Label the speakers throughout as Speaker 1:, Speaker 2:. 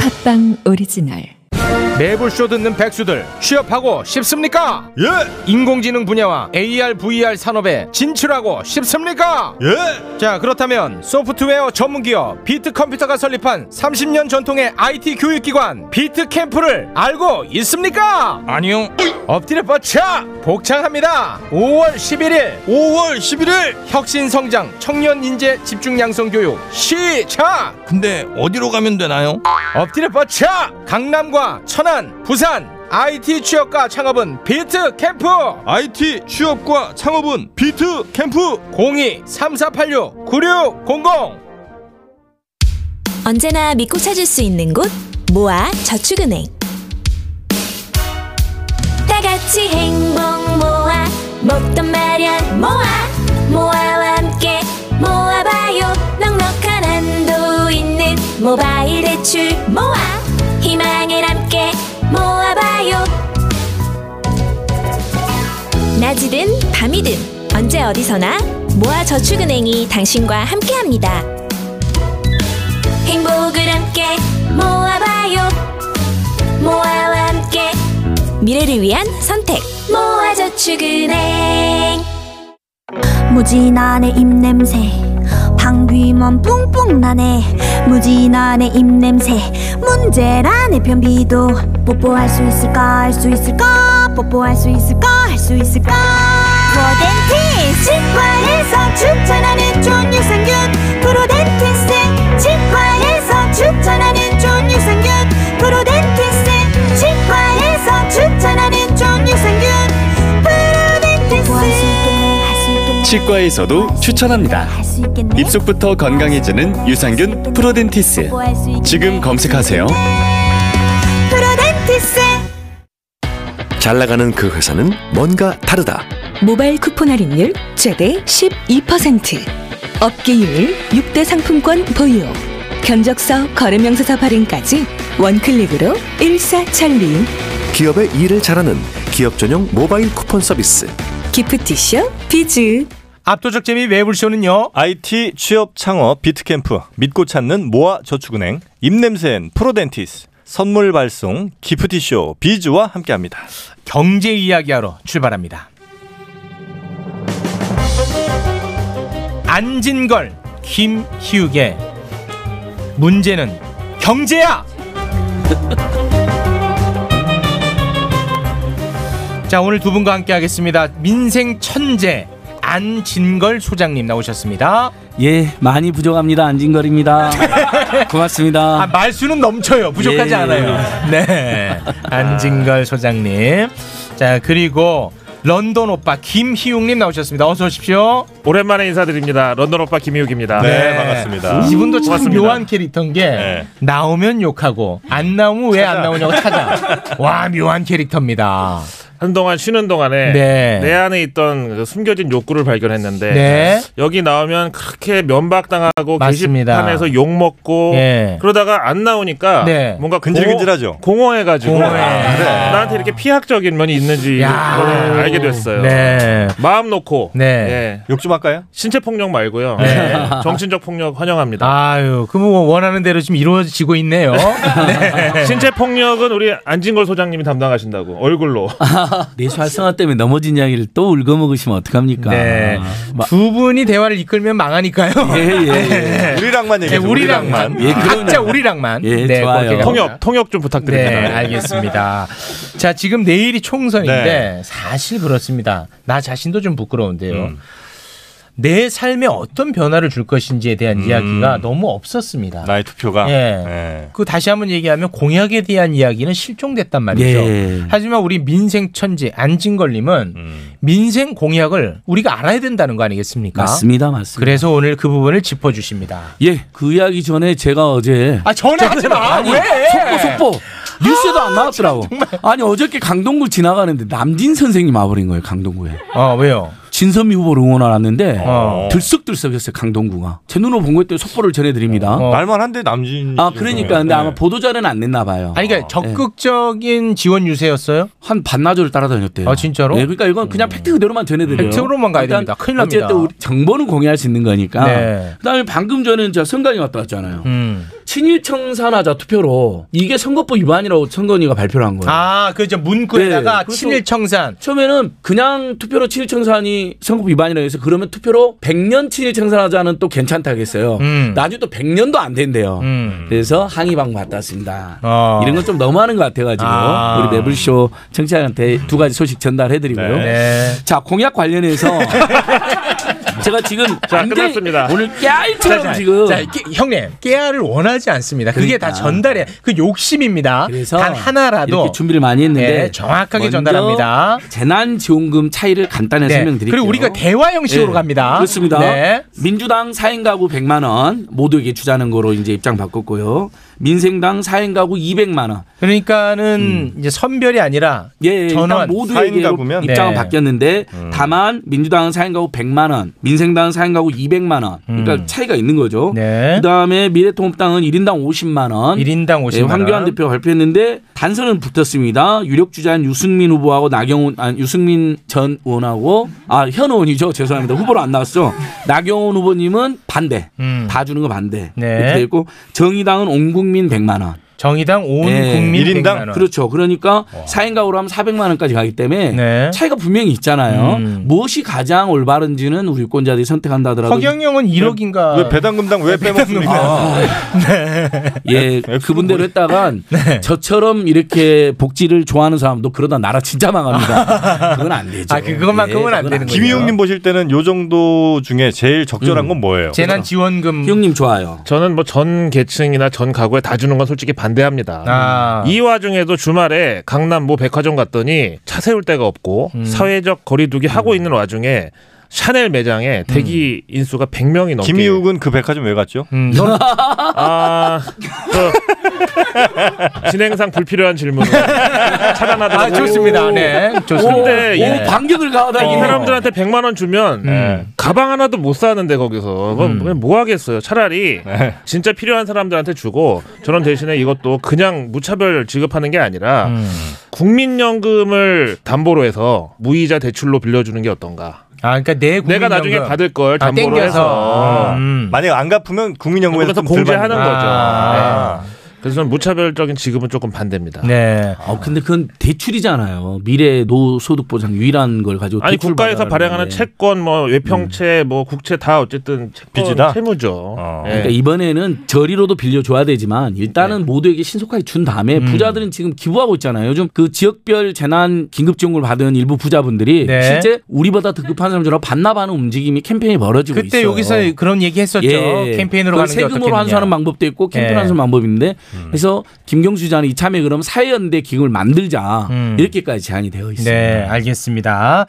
Speaker 1: 팟빵 오리지널
Speaker 2: 매불쇼 듣는 백수들 취업하고 싶습니까?
Speaker 3: 예!
Speaker 2: 인공지능 분야와 AR, VR 산업에 진출하고 싶습니까?
Speaker 3: 예!
Speaker 2: 자 그렇다면 소프트웨어 전문기업 비트컴퓨터가 설립한 30년 전통의 IT 교육기관 비트캠프를 알고 있습니까?
Speaker 3: 아니요.
Speaker 2: 엎드려 뻗쳐 복창합니다 5월 11일
Speaker 3: 5월 11일!
Speaker 2: 혁신성장 청년인재 집중양성교육 시작
Speaker 3: 근데 어디로 가면 되나요?
Speaker 2: 엎드려 뻗쳐 강남과 천안 부산 IT 취업과 창업은 비트캠프
Speaker 3: IT 취업과 창업은 비트 캠프!
Speaker 2: 02-3486-9600
Speaker 4: 언제나 믿고 찾을 수 있는 곳 모아 저축은행 다 같이 행복 모아 먹던 마련 모아 모아와 함께 모아봐요 넉넉한 한도 있는 모바일 대출 모아 희망을 함께 모아봐요 낮이든 밤이든 언제 어디서나 모아 저축은행이 당신과 함께합니다. 행복을 함께 모아봐요 모아와 함께 미래를 위한 선택 모아저축은행
Speaker 5: 무진한의 입냄새 방귀만 뿡뿡 나네 무진한의 입냄새 문제란의 변비도 뽀뽀할 수 있을까 할 수 있을까 뽀뽀할 수 있을까 할 수 있을까 프로덴티스 치과에서 추천하는 좋은 유산균 프로덴티스 치과에서 추천하는 좋은 유산균 프로덴티스 치과에서 추천하는 좋은 유산균 뭐 프로덴티스
Speaker 6: 치과에서도 추천합니다.
Speaker 5: 할수 있겠네.
Speaker 6: 입속부터 건강해지는 유산균 프로덴티스. 지금 검색하세요.
Speaker 5: 프로덴티스.
Speaker 7: 잘 나가는 그 회사는 뭔가 다르다.
Speaker 8: 모바일 쿠폰 할인율 최대 12% 업계율 6대 상품권 보유 견적서 거래명세서 발행까지 원클릭으로 일사천리
Speaker 7: 기업의 일을 잘하는 기업 전용 모바일 쿠폰 서비스.
Speaker 8: 기프티쇼 비즈
Speaker 2: 압도적 재미 매불쇼는요
Speaker 3: IT 취업 창업 비트 캠프 믿고 찾는 모아 저축은행 입냄새엔 프로덴티스 선물 발송 기프티쇼 비즈와 함께합니다.
Speaker 2: 경제 이야기하러 출발합니다 안진걸 김희욱의 문제는 경제야 자 오늘 두 분과 함께 하겠습니다 민생 천재 안진걸 소장님 나오셨습니다
Speaker 9: 예, 많이 부족합니다. 안진걸입니다. 고맙습니다.
Speaker 2: 아, 말수는 넘쳐요. 부족하지
Speaker 9: 예.
Speaker 2: 않아요. 네. 안진걸 소장님. 자, 그리고 런던 오빠 김희웅님 나오셨습니다. 어서 오십시오.
Speaker 10: 오랜만에 인사드립니다. 런던 오빠 김희욱입니다.
Speaker 3: 네,
Speaker 2: 네. 이분도 참
Speaker 10: 음, 고맙습니다.
Speaker 2: 묘한 캐릭터인 게
Speaker 10: 네.
Speaker 2: 나오면 욕하고 안 나오면 왜 안 나오냐고 찾아. 와, 묘한 캐릭터입니다.
Speaker 10: 한동안 쉬는 동안에
Speaker 2: 네.
Speaker 10: 내 안에 있던 그 숨겨진 욕구를 발견했는데
Speaker 2: 네.
Speaker 10: 여기 나오면 그렇게 면박당하고
Speaker 2: 맞습니다.
Speaker 10: 게시판에서 욕 먹고
Speaker 2: 예.
Speaker 10: 그러다가 안 나오니까
Speaker 2: 네.
Speaker 10: 뭔가
Speaker 3: 근질근질하죠.
Speaker 10: 공허, 해가지고
Speaker 2: 공허해.
Speaker 10: 나한테 이렇게 피학적인 면이 있는지
Speaker 2: 야.
Speaker 10: 그걸 예, 알게 됐어요.
Speaker 2: 네.
Speaker 10: 마음 놓고
Speaker 2: 네.
Speaker 10: 예.
Speaker 3: 욕 좀 할까요?
Speaker 10: 신체 폭력 말고요. 예.
Speaker 2: 네.
Speaker 10: 정신적 폭력 환영합니다.
Speaker 2: 아유, 그럼 뭐 원하는 대로 지금 이루어지고 있네요. 네.
Speaker 10: 예. 신체 폭력은 우리 안진걸 소장님이 담당하신다고 얼굴로.
Speaker 2: 아.
Speaker 9: 내수 활성화 때문에 넘어진 이야기를 또 울거먹으시면
Speaker 10: 아,
Speaker 9: 어떡합니까?
Speaker 2: 네.
Speaker 9: 마-
Speaker 2: 두 분이 대화를 이끌면 망하니까요.
Speaker 9: 예, 예, 예.
Speaker 3: 우리랑만
Speaker 2: 네,
Speaker 3: 얘기해.
Speaker 2: 우리랑만.
Speaker 9: 예, 그럼요.
Speaker 2: 각자 우리랑만. 네,
Speaker 9: 예, 좋아요.
Speaker 2: 그렇게
Speaker 9: 통역,
Speaker 2: 갑니다.
Speaker 10: 통역 통역 좀
Speaker 2: 네,
Speaker 10: 부탁드립니다.
Speaker 2: 알겠습니다. 자, 지금 내일이 총선인데 사실 그렇습니다. 나 자신도 좀 부끄러운데요. 내 삶에 어떤 변화를 줄 것인지에 대한 이야기가 너무 없었습니다.
Speaker 3: 나의 투표가.
Speaker 2: 예.
Speaker 3: 예.
Speaker 2: 그 다시 한번 얘기하면 공약에 대한 이야기는 실종됐단 말이죠.
Speaker 9: 예.
Speaker 2: 하지만 우리 민생 천재 안진걸님은 민생 공약을 우리가 알아야 된다는 거 아니겠습니까?
Speaker 9: 맞습니다, 맞습니다.
Speaker 2: 그래서 오늘 그 부분을 짚어주십니다.
Speaker 9: 예, 그 이야기 전에 제가 어제
Speaker 2: 아 전화하지 마.
Speaker 9: 아니,
Speaker 2: 왜?
Speaker 9: 속보 속보 뉴스에도
Speaker 2: 아,
Speaker 9: 안 나왔더라고. 아니 어저께 강동구 지나가는데 남진 선생님 와버린 거예요, 강동구에.
Speaker 2: 어 왜요?
Speaker 9: 진선미 후보를 응원하는데
Speaker 2: 어.
Speaker 9: 들썩들썩했어요, 강동구가. 제 눈으로 본 거에 또 속보를 전해드립니다.
Speaker 2: 어. 네.
Speaker 3: 말만 한데 남진.
Speaker 9: 아, 그러니까 근데 아마 보도 자료는 안 냈나 봐요.
Speaker 2: 아니 그러니까
Speaker 9: 예.
Speaker 2: 적극적인 지원 유세였어요?
Speaker 9: 한 반나절을 따라다녔대요.
Speaker 2: 아, 진짜로?
Speaker 9: 네, 그러니까 이건 그냥 팩트 그대로만 전해드려요. 그러니까
Speaker 2: 팩트로만 가야
Speaker 9: 일단
Speaker 2: 됩니다. 큰일 납니다.
Speaker 9: 어쨌든 우리 정보는 공유할 수 있는 거니까.
Speaker 2: 네.
Speaker 9: 그다음에 방금 전에 저 성단이 왔다 왔잖아요.
Speaker 2: 음.
Speaker 9: 친일 청산하자 투표로 이게 선거법 위반이라고 선거위가 발표를 한 거예요.
Speaker 2: 아, 그 저 문구에다가
Speaker 9: 네, 그래서
Speaker 2: 친일 청산.
Speaker 9: 처음에는 그냥 투표로 친일 청산이 선거법 위반이라고 해서 그러면 투표로 100년 친일 청산하자는 또 괜찮다고 했어요.
Speaker 2: 음.
Speaker 9: 나중에 또 100년도 안 된대요. 그래서 항의방 받다 왔습니다.
Speaker 2: 어.
Speaker 9: 이런 건 좀 너무하는 것 같아가지고
Speaker 2: 아.
Speaker 9: 우리 매블쇼 청취자한테 두 가지 소식 전달해드리고요.
Speaker 2: 네.
Speaker 9: 자 공약 관련해서 제가 지금 굉장히 오늘
Speaker 2: 자, 자,
Speaker 9: 깨알처럼 지금
Speaker 2: 자, 깨- 형님 깨알을 원하지 않습니다. 그게 다
Speaker 9: 그러니까.
Speaker 2: 전달해 그 욕심입니다. 단 하나라도
Speaker 9: 이렇게 준비를 많이 했는데
Speaker 2: 네, 정확하게
Speaker 9: 먼저
Speaker 2: 전달합니다.
Speaker 9: 재난지원금 차이를 간단히
Speaker 2: 네.
Speaker 9: 설명드릴게요.
Speaker 2: 그리고 우리가 대화 형식으로
Speaker 9: 네.
Speaker 2: 갑니다.
Speaker 9: 그렇습니다.
Speaker 2: 네.
Speaker 9: 민주당 4인 가구 100만 원 모두에게 주자는 거로 이제 입장 바꿨고요. 민생당 4인 가구 200만 원.
Speaker 2: 그러니까는 이제 선별이 아니라
Speaker 9: 음. 예,
Speaker 2: 전원
Speaker 9: 일단 모두에게
Speaker 3: 4인 가구면?
Speaker 9: 입장은
Speaker 2: 네.
Speaker 9: 바뀌었는데 다만 민주당은 4인 가구 100만 원, 민생당은 4인 가구 200만 원. 그러니까
Speaker 2: 음.
Speaker 9: 차이가 있는 거죠.
Speaker 2: 네.
Speaker 9: 그다음에 미래통합당은 1인당 50만 원,
Speaker 2: 1인당 50만
Speaker 9: 예, 황교안
Speaker 2: 원.
Speaker 9: 대표 발표했는데 단서는 붙었습니다. 유력 주자인 유승민 후보하고 나경원 아 유승민 전 의원하고 아 현 의원이죠. 죄송합니다. 후보로 안 나왔죠. 나경원 후보님은 반대.
Speaker 2: 음.
Speaker 9: 다 주는 거 반대.
Speaker 2: 네.
Speaker 9: 이렇게 돼 있고 정의당은 온 국민 100만 원.
Speaker 2: 정의당 온
Speaker 9: 네.
Speaker 2: 국민
Speaker 3: 일인당?
Speaker 2: 100만 원.
Speaker 9: 그렇죠. 그러니까 4인 가구로 하면 400만 원까지 가기 때문에
Speaker 2: 네.
Speaker 9: 차이가 분명히 있잖아요.
Speaker 2: 음.
Speaker 9: 무엇이 가장 올바른지는 우리 유권자들이 선택한다 하더라도
Speaker 2: 허경영은 1억인가
Speaker 3: 왜 네, 배당금당 아, 그러니까. 왜 빼먹습니까?
Speaker 9: 예, 그분대로 했다간 저처럼 이렇게 복지를 좋아하는 사람도 그러다 나라 진짜 망합니다. 그건 안 되죠.
Speaker 2: 아, 그것만- 그건 안 되는 거예요.
Speaker 3: 김희웅님 보실 때는 요 정도 중에 음. 제일 적절한 건 뭐예요?
Speaker 2: 재난 지원금
Speaker 9: 형님 좋아요.
Speaker 10: 저는 뭐 전 계층이나 전 가구에 다 주는 건 솔직히 반대합니다.
Speaker 2: 아.
Speaker 10: 이 와중에도 주말에 강남 모 백화점 갔더니 차 세울 데가 없고
Speaker 2: 음.
Speaker 10: 사회적 거리두기 하고 있는 와중에 샤넬 매장에 대기 인수가 100명이 넘게
Speaker 3: 김희욱은 그 백화점 왜 갔죠?
Speaker 2: 음, 너-
Speaker 10: 아, 저 진행상 불필요한 질문을 차단하다가
Speaker 2: 아, 좋습니다. 네. 좋습니다.
Speaker 10: 근데
Speaker 9: 오,
Speaker 10: 예.
Speaker 9: 반격을 가하다.
Speaker 10: 이
Speaker 9: 이 사람
Speaker 10: 사람들한테 100만 원 주면 예, 가방 하나도 못 사는데 거기서 그럼 그냥 뭐 하겠어요. 차라리 진짜 필요한 사람들한테 주고 저는 대신에 이것도 그냥 무차별 지급하는 게 아니라 국민연금을 담보로 해서 무이자 대출로 빌려주는 게 어떤가.
Speaker 2: 아, 그러니까 내 국민
Speaker 10: 내가 나중에
Speaker 2: 연금.
Speaker 10: 받을 걸
Speaker 2: 아,
Speaker 10: 담보로
Speaker 2: 땡겨서.
Speaker 10: 해서
Speaker 2: 음.
Speaker 3: 만약 안 갚으면 국민연금에서
Speaker 10: 그래서
Speaker 3: 좀
Speaker 10: 공제하는
Speaker 3: 들받는다.
Speaker 10: 거죠.
Speaker 2: 아.
Speaker 10: 네. 그래서 저는 무차별적인 지급은 조금 반대입니다.
Speaker 2: 네.
Speaker 9: 아, 근데 그건 대출이잖아요. 미래 노소득보장 유일한 걸 가지고
Speaker 10: 아니
Speaker 9: 대출
Speaker 10: 국가에서
Speaker 9: 받아가는데.
Speaker 10: 발행하는 채권, 뭐 외평채, 뭐 국채 다 어쨌든 채권,
Speaker 3: 빚이다?
Speaker 10: 채무죠.
Speaker 3: 어.
Speaker 10: 예.
Speaker 9: 그러니까
Speaker 2: 네.
Speaker 9: 이번에는 저리로도 빌려줘야 되지만 일단은 모두에게 신속하게 준 다음에 부자들은 지금 기부하고 있잖아요. 요즘 그 지역별 재난 긴급지원금을 받은 일부 부자분들이
Speaker 2: 네.
Speaker 9: 실제 우리보다 득급한 사람들하고 반납하는 움직임이 캠페인이 벌어지고
Speaker 2: 그때
Speaker 9: 있어요. 예.
Speaker 2: 여기서 그런 얘기 했었죠. 캠페인으로
Speaker 9: 그걸
Speaker 2: 가는 게
Speaker 9: 세금으로
Speaker 2: 어떻겠느냐. 음.
Speaker 9: 환수하는 방법도 있고 캠페인
Speaker 2: 예.
Speaker 9: 환수 방법인데 그래서 김경수 자는 이참에 그럼 사회연대 기금을 만들자
Speaker 2: 음.
Speaker 9: 이렇게까지 제안이 되어 있습니다.
Speaker 2: 네, 알겠습니다.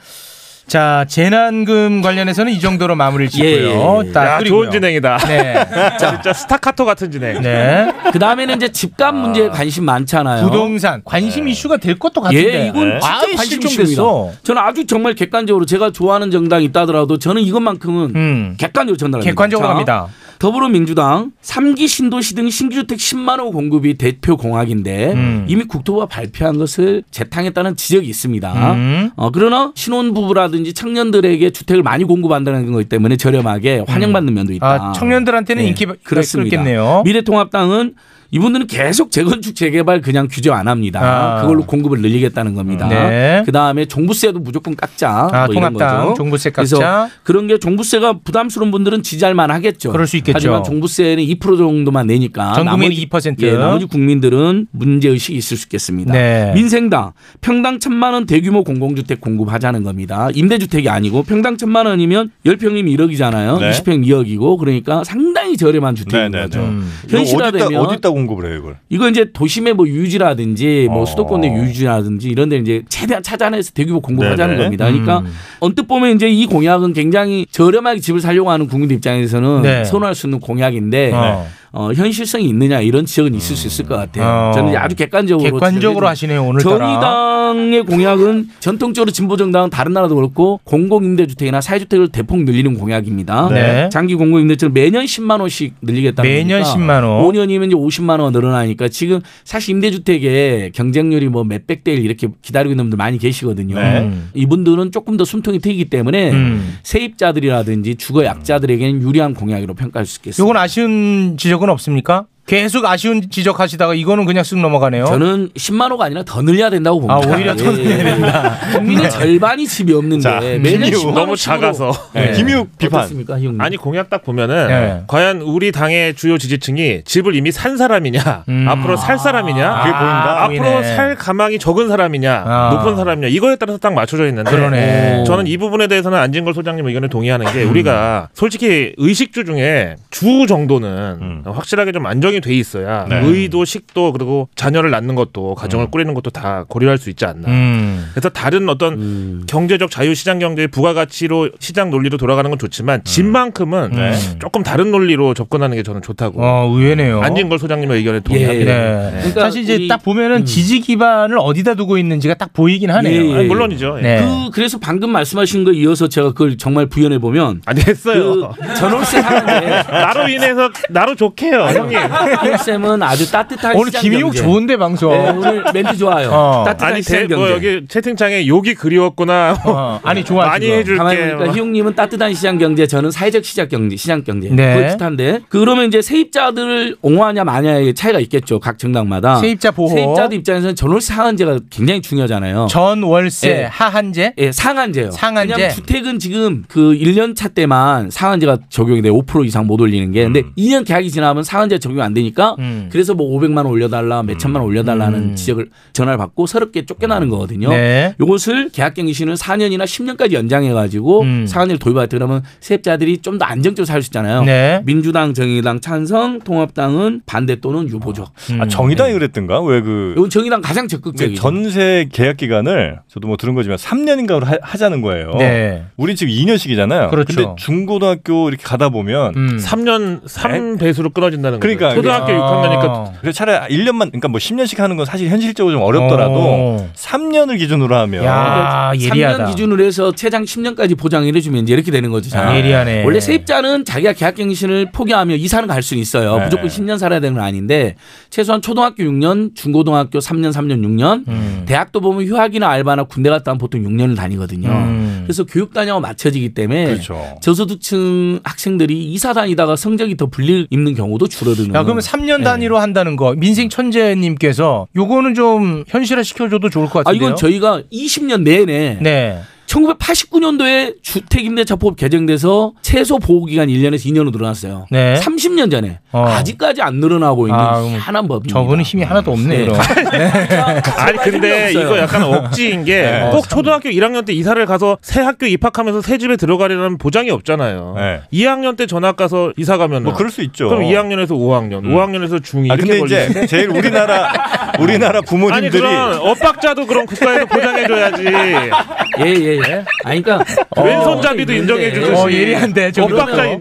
Speaker 2: 자, 재난금 관련해서는 이 정도로 마무리를 짓고요.
Speaker 9: 예, 예.
Speaker 10: 네. 야,
Speaker 2: 그리고요.
Speaker 10: 좋은 진행이다.
Speaker 2: 네.
Speaker 10: 진짜 스타카토 같은 진행.
Speaker 2: 네.
Speaker 9: 그 다음에는 이제 집값 문제에 관심 많잖아요.
Speaker 2: 아. 부동산 관심 이슈가 될 것도 같은데.
Speaker 9: 어? 예, 이건
Speaker 2: 아,
Speaker 9: 진짜 관심
Speaker 2: 관심 좀
Speaker 9: 이슈입니다.
Speaker 2: 됐어.
Speaker 9: 저는 아주 정말 객관적으로 제가 좋아하는 정당이 있다더라도 저는 이것만큼은
Speaker 2: 음.
Speaker 9: 객관적으로 전달합니다.
Speaker 2: 객관적으로
Speaker 9: 자,
Speaker 2: 갑니다.
Speaker 9: 더불어민주당 3기 신도시 등 신규주택 10만 호 공급이 대표 공약인데
Speaker 2: 음.
Speaker 9: 이미 국토부가 발표한 것을 재탕했다는 지적이 있습니다.
Speaker 2: 음.
Speaker 9: 어, 그러나 신혼부부라든지 청년들에게 주택을 많이 공급한다는 거기 때문에 저렴하게 환영받는 면도 있다.
Speaker 2: 음.
Speaker 9: 예,
Speaker 2: 아, 청년들한테는 인기 그렇겠네요.
Speaker 9: 네, 미래통합당은 이분들은 계속 재건축 재개발 그냥 규제 안 합니다.
Speaker 2: 아.
Speaker 9: 그걸로 공급을 늘리겠다는 겁니다.
Speaker 2: 네.
Speaker 9: 그다음에 종부세도 무조건 깎자.
Speaker 2: 아,
Speaker 9: 뭐 이런
Speaker 2: 통합당
Speaker 9: 거죠.
Speaker 2: 종부세 깎자.
Speaker 9: 그래서 그런 게 종부세가 부담스러운 분들은 지지할 만하겠죠.
Speaker 2: 그럴 수 있겠죠.
Speaker 9: 하지만 종부세는 2% 정도만 내니까
Speaker 2: 전 국민이
Speaker 9: 나머지-
Speaker 2: 2%.
Speaker 9: 예, 나머지 국민들은 문제 의식이 있을 수 있겠습니다.
Speaker 2: 네.
Speaker 9: 예. 민생당 평당 천만 원 대규모 공공주택 공급하자는 겁니다. 임대주택이 아니고 평당 천만 원이면 10평이면 1억이잖아요.
Speaker 3: 네.
Speaker 9: 20평 2억이고 그러니까 상당히 저렴한 주택인
Speaker 3: 네네네.
Speaker 9: 거죠.
Speaker 3: 음. 이거 어디다
Speaker 9: 현실화되면
Speaker 3: 어디다 공급을 해요 이걸?
Speaker 9: 이거 이제 도심의 뭐 유유지라든지 뭐
Speaker 3: 어.
Speaker 9: 수도권 내 유유지라든지 이런 데 이제 최대한 찾아내서 대규모 공급하자는
Speaker 3: 네네. 음.
Speaker 9: 겁니다. 그러니까 언뜻 보면 이제 이 공약은 굉장히 저렴하게 집을 살려고 하는 국민들 입장에서는
Speaker 2: 네.
Speaker 9: 선호할 수 있는 공약인데
Speaker 3: 네.
Speaker 2: 어.
Speaker 9: 어, 현실성이 있느냐 이런 지적은 있을 수 있을 것 같아요.
Speaker 2: 어.
Speaker 9: 저는 이제 아주 객관적으로
Speaker 2: 객관적으로
Speaker 9: 지적해드립니다.
Speaker 2: 하시네요, 오늘따라.
Speaker 9: 정의당의 공약은 전통적으로 진보정당은 다른 나라도 그렇고 공공임대주택이나 사회주택을 대폭 늘리는 공약입니다.
Speaker 2: 네.
Speaker 9: 장기 공공임대주택을 매년 10만 원씩 늘리겠다는
Speaker 2: 매년
Speaker 9: 거니까
Speaker 2: 10만 원.
Speaker 9: 5년이면 이제 50만 원 늘어나니까 지금 사실 임대주택의 경쟁률이 뭐 몇백 대 일 이렇게 기다리고 있는 분들 많이 계시거든요. 음.
Speaker 3: 네.
Speaker 9: 이분들은 조금 더 숨통이 트이기 때문에
Speaker 2: 음.
Speaker 9: 세입자들이라든지 주거 약자들에게는 유리한 공약으로 평가할 수 있겠습니다.
Speaker 2: 요건 아쉬운 지적은 없습니까? 계속 아쉬운 지적하시다가 이거는 그냥 쓱 넘어가네요.
Speaker 9: 저는 10만 호가 아니라 더 늘려야 된다고 봅니다. 예,
Speaker 2: 아, 오히려 더 늘려야 된다.
Speaker 9: 국민의
Speaker 2: 네.
Speaker 9: 절반이 집이 없는데
Speaker 10: 자,
Speaker 9: 매년
Speaker 10: 김유.
Speaker 9: 10만 원 씩으로
Speaker 10: 너무 작아서. 네. 김유 비판.
Speaker 9: 어떻습니까, 형?
Speaker 3: 음.
Speaker 10: 아니 공약 딱 보면은
Speaker 9: 네.
Speaker 10: 과연 우리 당의 주요 지지층이 집을 이미 산 사람이냐 앞으로 살 사람이냐
Speaker 3: 그게 음. 아, 보인다?
Speaker 10: 앞으로
Speaker 3: 보이네.
Speaker 10: 살 가망이 적은 사람이냐
Speaker 3: 아.
Speaker 10: 높은 사람이냐 이거에 따라서 딱 맞춰져 있는데
Speaker 3: 그러네. 음.
Speaker 10: 저는 이 부분에 대해서는 안진걸 소장님 의견에 동의하는 게 우리가 솔직히 의식주 중에 주 정도는 확실하게 좀 안정이 돼 있어야
Speaker 3: 음. 네.
Speaker 10: 의도 식도 그리고 자녀를 낳는 것도 가정을
Speaker 3: 음.
Speaker 10: 꾸리는 것도 다 고려할 수 있지 않나
Speaker 2: 음.
Speaker 10: 그래서 다른 어떤 경제적 자유 시장 경제의 부가가치로 시장 논리로 돌아가는 건 좋지만 집만큼은
Speaker 2: 네.
Speaker 10: 조금 다른 논리로 접근하는 게 저는 좋다고.
Speaker 2: 어, 의외네요.
Speaker 10: 안진걸 소장님의 의견에 동의합니다.
Speaker 2: 네.
Speaker 9: 예.
Speaker 10: 네.
Speaker 9: 그러니까
Speaker 2: 사실 이제 딱 보면은 지지 기반을 어디다 두고 있는지가 딱 보이긴 하네요.
Speaker 9: 음. 예, 예.
Speaker 2: 아니, 네.
Speaker 9: 그, 그래서 방금 말씀하신 거 이어서 제가 그걸 정말 부연해 보면 그
Speaker 10: 안 됐어요. 예.
Speaker 9: 전월세 하는데
Speaker 10: 나로 인해서 나로 좋게요, 형님.
Speaker 9: 쌤은 아주 따뜻한
Speaker 10: 오늘
Speaker 9: 그 시장
Speaker 10: 김희옥
Speaker 9: 경제.
Speaker 10: 좋은데, 방송.
Speaker 9: 네, 오늘 멘트 좋아요. 따뜻한
Speaker 10: 아니
Speaker 9: 시장
Speaker 10: 대, 뭐
Speaker 9: 경제.
Speaker 10: 여기 채팅창에 욕이 그리웠구나.
Speaker 2: 어, 아니
Speaker 10: 많이 해줄게.
Speaker 9: 그러니까 희웅님은 따뜻한 시장 경제, 저는 사회적 시장 경제, 시장 경제.
Speaker 2: 네.
Speaker 9: 비슷한데 그러면 이제 세입자들을 옹호하냐 마냐의 차이가 있겠죠 각 정당마다.
Speaker 2: 세입자 보호.
Speaker 9: 세입자들 입장에서는 전월세 하한제가 굉장히 중요하잖아요.
Speaker 2: 전월세
Speaker 9: 예.
Speaker 2: 하한제?
Speaker 9: 예, 상한제요.
Speaker 2: 상한제.
Speaker 9: 왜냐면 주택은 지금 그 1년 차 때만 상한제가 적용이 돼요. 5% 이상 못 올리는 게.
Speaker 2: 음.
Speaker 9: 근데 2년 계약이 지나면 상한제 적용이 안 되니까 그래서 뭐 500만 원 올려달라, 몇 천만 원 올려달라는 지적을 전화를 받고 서럽게 쫓겨나는 거거든요.
Speaker 2: 음. 네.
Speaker 9: 요것을 계약갱신을 4년이나 10년까지 연장해가지고
Speaker 2: 음.
Speaker 9: 상한제를 도입하였다 그러면 세입자들이 좀 더 안정적으로 살 수 있잖아요.
Speaker 2: 네.
Speaker 9: 민주당, 정의당 찬성, 통합당은 반대 또는 유보죠.
Speaker 3: 아, 정의당이 그랬던가? 왜그
Speaker 9: 이건 정의당 가장 적극적이죠.
Speaker 3: 전세 계약 기간을 저도 뭐 들은 거지만 3년인가로 하, 하자는
Speaker 9: 어.
Speaker 3: 거예요.
Speaker 10: 네.
Speaker 3: 우리 지금 2년씩이잖아요.
Speaker 10: 그렇죠.
Speaker 3: 근데 중고등학교 이렇게 가다 보면
Speaker 2: 음.
Speaker 10: 3년 3 배수로 끊어진다는 거예요.
Speaker 3: 그러니까
Speaker 10: 초등학교
Speaker 2: 아.
Speaker 3: 이게-
Speaker 2: 어.
Speaker 10: 6학년이니까
Speaker 3: 그래서 차라리 1년만 그러니까 뭐 10년씩 하는 건 사실 현실적으로 좀 어렵더라도
Speaker 2: 어.
Speaker 3: 3년을 기준으로 하면
Speaker 2: 야, 아, 예리하다.
Speaker 9: 3년 기준으로 해서 최장 10년까지 보장을 해주면 이제 이렇게 되는 거죠.
Speaker 2: 아, 예리하네.
Speaker 9: 원래 세입자는 자기가 계약갱신을 포기하며 이사는 갈 수는 있어요.
Speaker 2: 네.
Speaker 9: 무조건 10년 살아야 되는 건 아닌데 최소한 초등학교 6년, 중고등학교 3년, 3년, 6년,
Speaker 2: 음.
Speaker 9: 대학도 보면 휴학이나 알바나 군대 갔다 하면 보통 6년을 다니거든요.
Speaker 2: 음.
Speaker 9: 그래서 교육 단위와 맞춰지기 때문에
Speaker 2: 그렇죠.
Speaker 9: 저소득층 학생들이 이사 다니다가 성적이 더 불리 입는 경우도 줄어드는. 네.
Speaker 2: 야, 그러면 3년 단위로 한다는 거 민생 천재님께서 요거는 좀 현실화 시켜줘도 좋을 것
Speaker 9: 아
Speaker 2: 같은데요.
Speaker 9: 이건 저희가 20년 내내
Speaker 2: 네.
Speaker 9: 1989년도에 주택임대차법 개정돼서 최소 보호기간 1년에서 2년으로 늘어났어요.
Speaker 2: 네.
Speaker 9: 30년 전에
Speaker 2: 어.
Speaker 9: 아직까지 안 늘어나고 있는
Speaker 2: 아, 그럼
Speaker 9: 희한한 법입니다.
Speaker 2: 저분은 힘이 하나도 없네.
Speaker 9: 네.
Speaker 2: 그럼.
Speaker 10: 아니 근데
Speaker 9: 없어요.
Speaker 10: 이거 약간 억지인 게
Speaker 2: 네.
Speaker 10: 꼭 초등학교 1학년 때 이사를 가서 새 학교 입학하면서 새 집에 들어가려는 보장이 없잖아요. 2학년 때 전학 가서 이사 가면
Speaker 3: 네. 뭐 그럴 수 있죠.
Speaker 10: 그럼 2학년에서 5학년, 5학년에서 중2
Speaker 3: 아,
Speaker 10: 이렇게
Speaker 3: 근데
Speaker 10: 걸리는데
Speaker 3: 이제 제일 우리나라 우리나라
Speaker 10: 아니
Speaker 3: 부모님들이
Speaker 10: 그럼 엇박자도 그럼 국가에서 보장해 줘야지.
Speaker 9: 예예예. 아니 그러니까
Speaker 10: 왼손잡이도 인정해
Speaker 9: 네.
Speaker 10: 주듯이.
Speaker 2: 어, 예리한데, 좀
Speaker 10: 엇박자
Speaker 2: 그러네요.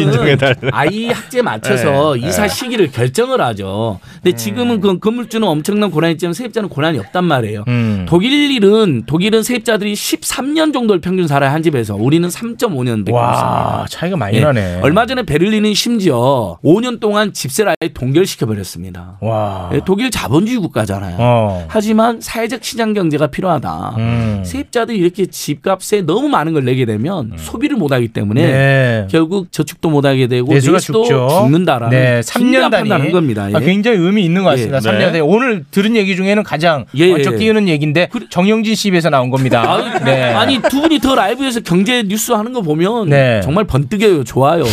Speaker 10: 인정해 줘야
Speaker 9: 아이 학제 맞춰서
Speaker 2: 예.
Speaker 10: 네.
Speaker 9: 이사
Speaker 10: 네.
Speaker 9: 시기를 결정을 하죠.
Speaker 2: 음.
Speaker 9: 근데 지금은 그 건물주는 엄청난 고난이 있지만 세입자는 고난이 없단 말이에요.
Speaker 2: 음.
Speaker 9: 독일일은 독일은 세입자들이 13년 정도를 평균 살아요 한 집에서 우리는 3.5년
Speaker 2: 와, 차이가 많이
Speaker 9: 예.
Speaker 2: 나네.
Speaker 9: 네, 얼마 전에 베를린은 심지어 5년 동안 집세를 아예 동결시켜 버렸습니다. 예,
Speaker 2: 와.
Speaker 9: 독일 자본주의 국가잖아요.
Speaker 2: 아. 어.
Speaker 9: 하지만 사회적 시장 경제가 필요하다.
Speaker 2: 음.
Speaker 9: 세입자들이 이렇게 집값에 너무 많은 걸 내게 되면 소비를 못 하기 때문에
Speaker 2: 네.
Speaker 9: 결국 저축도 못 하게 되고
Speaker 2: 내수가
Speaker 9: 내수도
Speaker 2: 죽죠.
Speaker 9: 뭐 죽는다라는
Speaker 2: 네,
Speaker 9: 심리학
Speaker 2: 3년 단위.
Speaker 9: 판단하는 겁니다.
Speaker 2: 아, 굉장히 의미 있는 것 같습니다.
Speaker 9: 예.
Speaker 2: 3년
Speaker 9: 네.
Speaker 2: 단위. 오늘 들은 얘기 중에는 가장
Speaker 9: 예,
Speaker 2: 번쩍
Speaker 9: 예.
Speaker 2: 띄우는 얘기인데 정영진 씨 입에서 나온 겁니다. 네.
Speaker 9: 아니 두 분이 더 라이브에서 경제 뉴스 하는 거 보면
Speaker 2: 네.
Speaker 9: 정말 번뜩여요. 좋아요.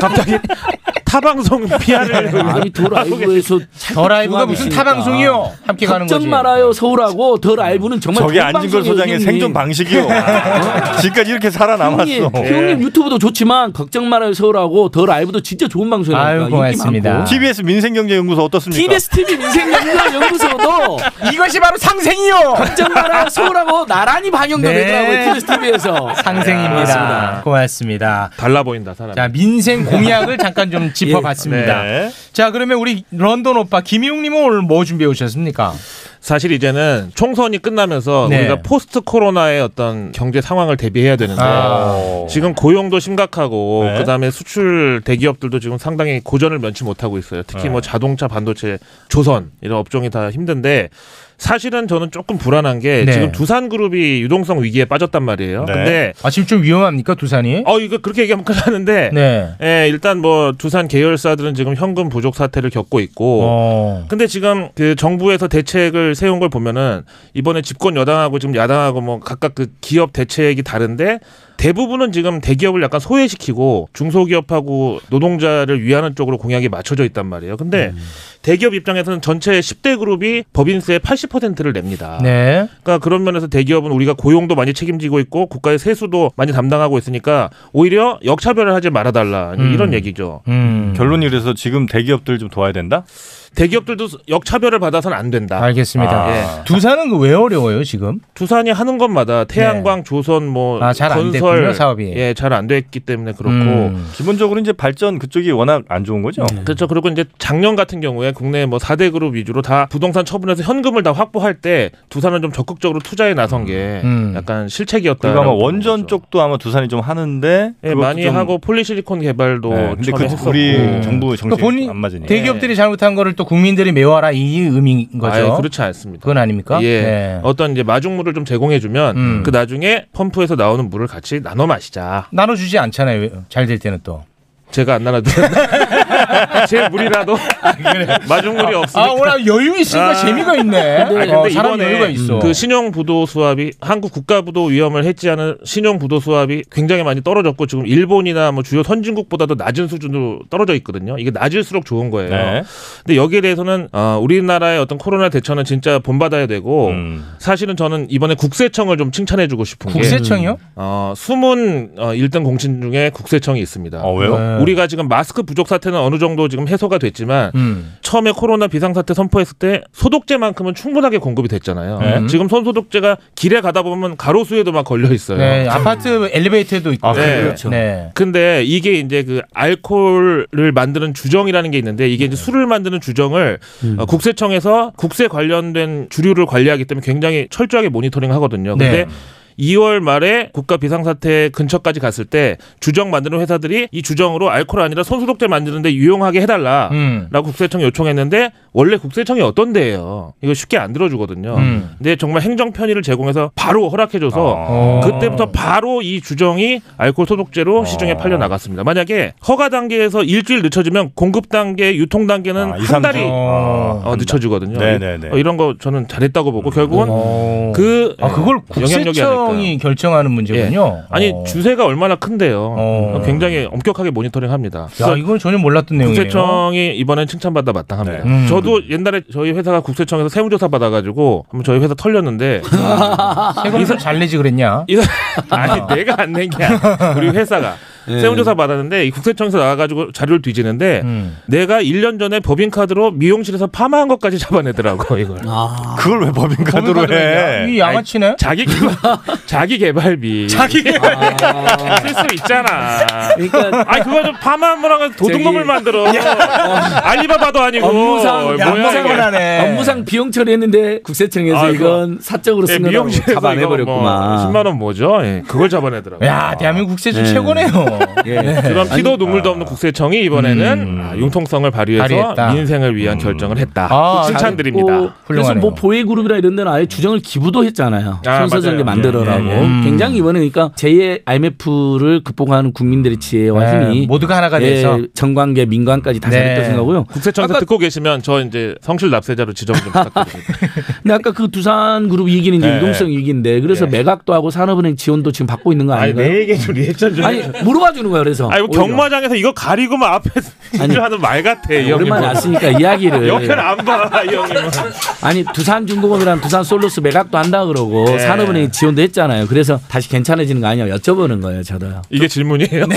Speaker 10: 갑자기 타방송
Speaker 3: 네.
Speaker 10: 피하를
Speaker 9: 아니 더 라이브에서 자꾸
Speaker 2: 더 라이브가
Speaker 9: 중앙에
Speaker 2: 무슨
Speaker 9: 있으니까.
Speaker 2: 타방송이요? 함께 가는 거지.
Speaker 9: 걱정 말아요 서울하고 더 라이브는 정말
Speaker 3: 저게
Speaker 9: 좋은
Speaker 3: 안진걸
Speaker 9: 방송이에요,
Speaker 3: 소장의
Speaker 9: 형님.
Speaker 3: 생존 방식이요. 지금까지 이렇게 살아남았어.
Speaker 9: 형님, 형님 유튜브도 좋지만 걱정 말아요 서울하고 더 라이브도 진짜 좋은 방송이니까
Speaker 3: 아유, 고맙습니다. TBS 민생경제연구소 어떻습니까?
Speaker 9: TBS TV 민생연구소도
Speaker 2: 이것이 바로 상생이요.
Speaker 9: 걱정 말아요 서울하고 나란히 반영도
Speaker 2: 네.
Speaker 9: 되더라고요 TBS TV에서 네,
Speaker 2: 상생입니다. 고맙습니다.
Speaker 10: 달라 보인다 사람.
Speaker 2: 자 민생 공약을 잠깐 좀 짚어봤습니다.
Speaker 10: 네.
Speaker 2: 자 그러면 우리 런던 오빠 김희웅님은 오늘 뭐 준비해 오셨습니까?
Speaker 10: 사실 이제는 총선이 끝나면서
Speaker 2: 네.
Speaker 10: 우리가 포스트 코로나의 어떤 경제 상황을 대비해야 되는데
Speaker 2: 아.
Speaker 10: 지금 그 고용도 심각하고
Speaker 2: 네.
Speaker 10: 그다음에 수출 대기업들도 지금 상당히 고전을 면치 못하고 있어요. 특히
Speaker 2: 네.
Speaker 10: 뭐 자동차, 반도체, 조선 이런 업종이 다 힘든데 사실은 저는 조금 불안한 게
Speaker 2: 네.
Speaker 10: 지금 두산그룹이 유동성 위기에 빠졌단 말이에요. 근데
Speaker 2: 아 지금 좀 위험합니까 두산이?
Speaker 10: 어 이거 그렇게 얘기하면 큰일 나는데
Speaker 2: 네.
Speaker 10: 예, 일단 뭐 두산 계열사들은 지금 현금 부족 사태를 겪고 있고
Speaker 2: 어.
Speaker 10: 근데 지금 그 정부에서 대책을 세운 걸 보면은 이번에 집권 여당하고 지금 야당하고 뭐 각각 그 기업 대책이 다른데 대부분은 지금 대기업을 약간 소외시키고 중소기업하고 노동자를 위하는 쪽으로 공약이 맞춰져 있단 말이에요. 근데 대기업 입장에서는 전체 10대 그룹이 법인세의 80%를 냅니다.
Speaker 2: 네.
Speaker 10: 그러니까 그런 면에서 대기업은 우리가 고용도 많이 책임지고 있고 국가의 세수도 많이 담당하고 있으니까 오히려 역차별을 하지 말아달라 이런
Speaker 3: 음.
Speaker 10: 얘기죠.
Speaker 3: 결론이 그래서 지금 대기업들 좀 도와야 된다?
Speaker 10: 대기업들도 역차별을 받아서는 안 된다.
Speaker 2: 알겠습니다.
Speaker 10: 예.
Speaker 2: 두산은 그 왜 어려워요 지금?
Speaker 10: 두산이 하는 것마다 태양광, 조선 뭐
Speaker 2: 네. 아, 잘안 됐군요, 사업이.
Speaker 10: 예, 잘 안 됐기 때문에 그렇고
Speaker 2: 음.
Speaker 3: 기본적으로 이제 발전 그쪽이 워낙 안 좋은 거죠.
Speaker 10: 그렇죠. 그리고 이제 작년 같은 경우에 국내 뭐 4대 그룹 위주로 다 부동산 처분해서 현금을 다 확보할 때 두산은 좀 적극적으로 투자에 나선 게
Speaker 3: 음.
Speaker 10: 약간 실책이었다.
Speaker 3: 그리고 아마 원전 쪽도 아마 두산이 좀 하는데
Speaker 10: 예,
Speaker 3: 그것도
Speaker 10: 많이
Speaker 3: 좀-
Speaker 10: 하고 폴리실리콘 개발도
Speaker 3: 네, 근데
Speaker 10: 처음에
Speaker 3: 그
Speaker 10: 했었고.
Speaker 3: 우리 정부 정책이
Speaker 2: 그러니까 본인
Speaker 3: 안 맞으니까.
Speaker 2: 대기업들이 잘못한 거를 또 국민들이 메워라 이 의미인 거죠.
Speaker 10: 아유, 그렇지 않습니다.
Speaker 2: 그건 아닙니까?
Speaker 10: 예.
Speaker 2: 네.
Speaker 10: 어떤 이제 마중물을 좀 제공해주면
Speaker 2: 음.
Speaker 10: 그 나중에 펌프에서 나오는 물을 같이 나눠 마시자.
Speaker 2: 나눠주지 않잖아요. 잘 될 때는 또.
Speaker 10: 제가 안 나눠드렸나? 제 물이라도 마중물이 없으니까.
Speaker 2: 아, 오늘 여유 있으니까
Speaker 10: 아.
Speaker 2: 재미가 있네.
Speaker 10: 아니,
Speaker 2: 어,
Speaker 10: 근데
Speaker 2: 사람
Speaker 10: 이번에
Speaker 2: 여유가 있어.
Speaker 10: 그 신용 부도 수합이 한국 국가 부도 위험을 해지하는 신용 부도 수합이 굉장히 많이 떨어졌고 지금 일본이나 뭐 주요 선진국보다도 낮은 수준으로 떨어져 있거든요. 이게 낮을수록 좋은 거예요.
Speaker 3: 네.
Speaker 10: 근데 여기에 대해서는 어, 우리나라의 어떤 코로나 대처는 진짜 본받아야 되고
Speaker 3: 음.
Speaker 10: 사실은 저는 이번에 국세청을 좀 칭찬해주고 싶은 게
Speaker 2: 국세청이요?
Speaker 10: 어, 숨은 어, 1등 공신 중에 국세청이 있습니다.
Speaker 3: 어, 왜요? 네.
Speaker 10: 아, 우리가 지금 마스크 부족 사태는 어느 정도 지금 해소가 됐지만 처음에 코로나 비상사태 선포했을 때 소독제만큼은 충분하게 공급이 됐잖아요.
Speaker 2: 네.
Speaker 10: 지금 손소독제가 길에 가다 보면 가로수에도 막 걸려 있어요.
Speaker 2: 네, 아파트 엘리베이터에도 있고.
Speaker 10: 아, 그렇죠.
Speaker 2: 네.
Speaker 10: 근데 이게 이제 그 알코올을 만드는 주정이라는 게 있는데 이게
Speaker 2: 네.
Speaker 10: 이제 술을 만드는 주정을
Speaker 2: 음.
Speaker 10: 어, 국세청에서 국세 관련된 주류를 관리하기 때문에 굉장히 철저하게 모니터링 하거든요.
Speaker 2: 네.
Speaker 10: 근데 2월 말에 국가 비상사태 근처까지 갔을 때 주정 만드는 회사들이 이 주정으로 알코올 아니라 손소독제 만드는데 유용하게 해달라.
Speaker 2: 음.
Speaker 10: 라고 국세청 요청했는데 원래 국세청이 어떤 데예요. 이거 쉽게 안 들어주거든요.
Speaker 2: 음.
Speaker 10: 근데 정말 행정 편의를 제공해서 바로 허락해줘서
Speaker 2: 아.
Speaker 10: 그때부터 바로 이 주정이 알코올 소독제로 시중에 팔려 나갔습니다. 만약에 허가 단계에서 일주일 늦춰지면 공급 단계, 유통 단계는
Speaker 2: 아,
Speaker 3: 이,
Speaker 10: 한
Speaker 3: 삼 주.
Speaker 10: 달이
Speaker 3: 아,
Speaker 10: 어, 늦춰지거든요.
Speaker 3: 네네네.
Speaker 10: 어, 이런 거 저는 잘했다고 보고 결국은
Speaker 2: 오.
Speaker 10: 그
Speaker 2: 음. 어. 아, 그걸
Speaker 10: 영향력이 아닐까. 예.
Speaker 2: 국세청이 결정하는 문제군요.
Speaker 10: 아니
Speaker 2: 어.
Speaker 10: 주세가 얼마나 큰데요.
Speaker 2: 어.
Speaker 10: 굉장히 엄격하게 모니터링합니다.
Speaker 2: 야, 이건 전혀 몰랐던 내용이에요.
Speaker 10: 국세청이 이번엔 칭찬받다 마땅합니다.
Speaker 2: 네. 음.
Speaker 10: 저도 옛날에 저희 회사가 국세청에서 세무조사 받아가지고 한번 저희 회사 털렸는데
Speaker 2: 아, 세금 좀잘 내지 그랬냐?
Speaker 10: 이 사- 아니 내가 안 낸 게 아니야. 우리 회사가
Speaker 9: 예.
Speaker 10: 세무조사 받았는데 이 국세청에서 나와가지고 자료를 뒤지는데
Speaker 9: 음.
Speaker 10: 내가 1년 전에 법인카드로 미용실에서 파마한 것까지 잡아내더라고 이걸.
Speaker 3: 그걸 왜 법인카드로 해?
Speaker 2: 아, 이 양아치네.
Speaker 10: 자기 개발 자기 개발비
Speaker 2: 자기 개발.
Speaker 10: 쓸 수 있잖아.
Speaker 9: 그러니까
Speaker 10: 아니 그거 좀 파마한 거랑 은
Speaker 9: 저기-
Speaker 10: 도둑놈을 만들어. 알리바바도 아니고
Speaker 9: 업무상
Speaker 10: 어, 뭐야,
Speaker 9: 업무상
Speaker 10: 이게.
Speaker 2: 하네.
Speaker 9: 업무상 비용 처리했는데 국세청에서
Speaker 10: 아,
Speaker 9: 이건 사적으로
Speaker 10: 예,
Speaker 9: 쓴 거라고
Speaker 10: 미용실에서
Speaker 9: 잡아내버렸구만.
Speaker 10: 이거 뭐 10만 원 뭐죠? 예, 그걸 잡아내더라고. 요
Speaker 2: 야, 대한민국 국세청
Speaker 9: 네.
Speaker 2: 최고네요.
Speaker 9: 예.
Speaker 10: 그런
Speaker 3: 아.
Speaker 10: 피도 눈물도 없는 국세청이 이번에는
Speaker 2: 음.
Speaker 10: 아, 융통성을 발휘해서
Speaker 2: 발휘했다.
Speaker 10: 민생을
Speaker 3: 음.
Speaker 10: 위한 결정을 했다.
Speaker 2: 아,
Speaker 9: 어,
Speaker 10: 칭찬드립니다.
Speaker 9: 그래서 뭐
Speaker 2: 훌륭하네요.
Speaker 9: 보혜 그룹이나 이런 데는 아예 주장을 기부도 했잖아요.
Speaker 10: 아,
Speaker 9: 손서정게
Speaker 10: 맞아요.
Speaker 9: 만들어라고.
Speaker 10: 예, 예.
Speaker 2: 음.
Speaker 9: 굉장히 이번에 그러니까 제2의 IMF를 극복하는 국민들의 지혜와
Speaker 2: 네,
Speaker 9: 힘이
Speaker 2: 모두가 하나가 돼서.
Speaker 9: 예, 정관계 민관까지 다
Speaker 2: 네.
Speaker 9: 잘했다 생각하고요.
Speaker 10: 국세청에서 듣고 계시면 저 이제 성실 납세자로 지정 좀 부탁드립니다.
Speaker 9: 근데 아까 그 두산 그룹 위기는 이제
Speaker 3: 네.
Speaker 9: 유동성 위기인데 그래서 매각도 하고 산업은행 지원도 지금 받고 있는 거 아닌가요?
Speaker 10: 얘기 좀 리액션
Speaker 9: 아니, 물어봐 주는 거야 그래서.
Speaker 10: 아니 뭐
Speaker 9: 오히려.
Speaker 10: 경마장에서 이거 가리고 막 앞에
Speaker 9: 아니.
Speaker 10: 하는 말 같아. 이 형님.
Speaker 9: 오랜만에 왔으니까 그 이야기를
Speaker 10: 뭐. 옆에는 아- 안 봐, 이 형님은.
Speaker 9: 아니 두산중공업이랑 두산솔로스 매각도 한다 그러고 산업은행 지원도 했잖아요. 그래서 다시 괜찮아지는 거 아니냐 여쭤보는 거예요, 저도요.
Speaker 10: 이게 질문이에요?
Speaker 9: 네.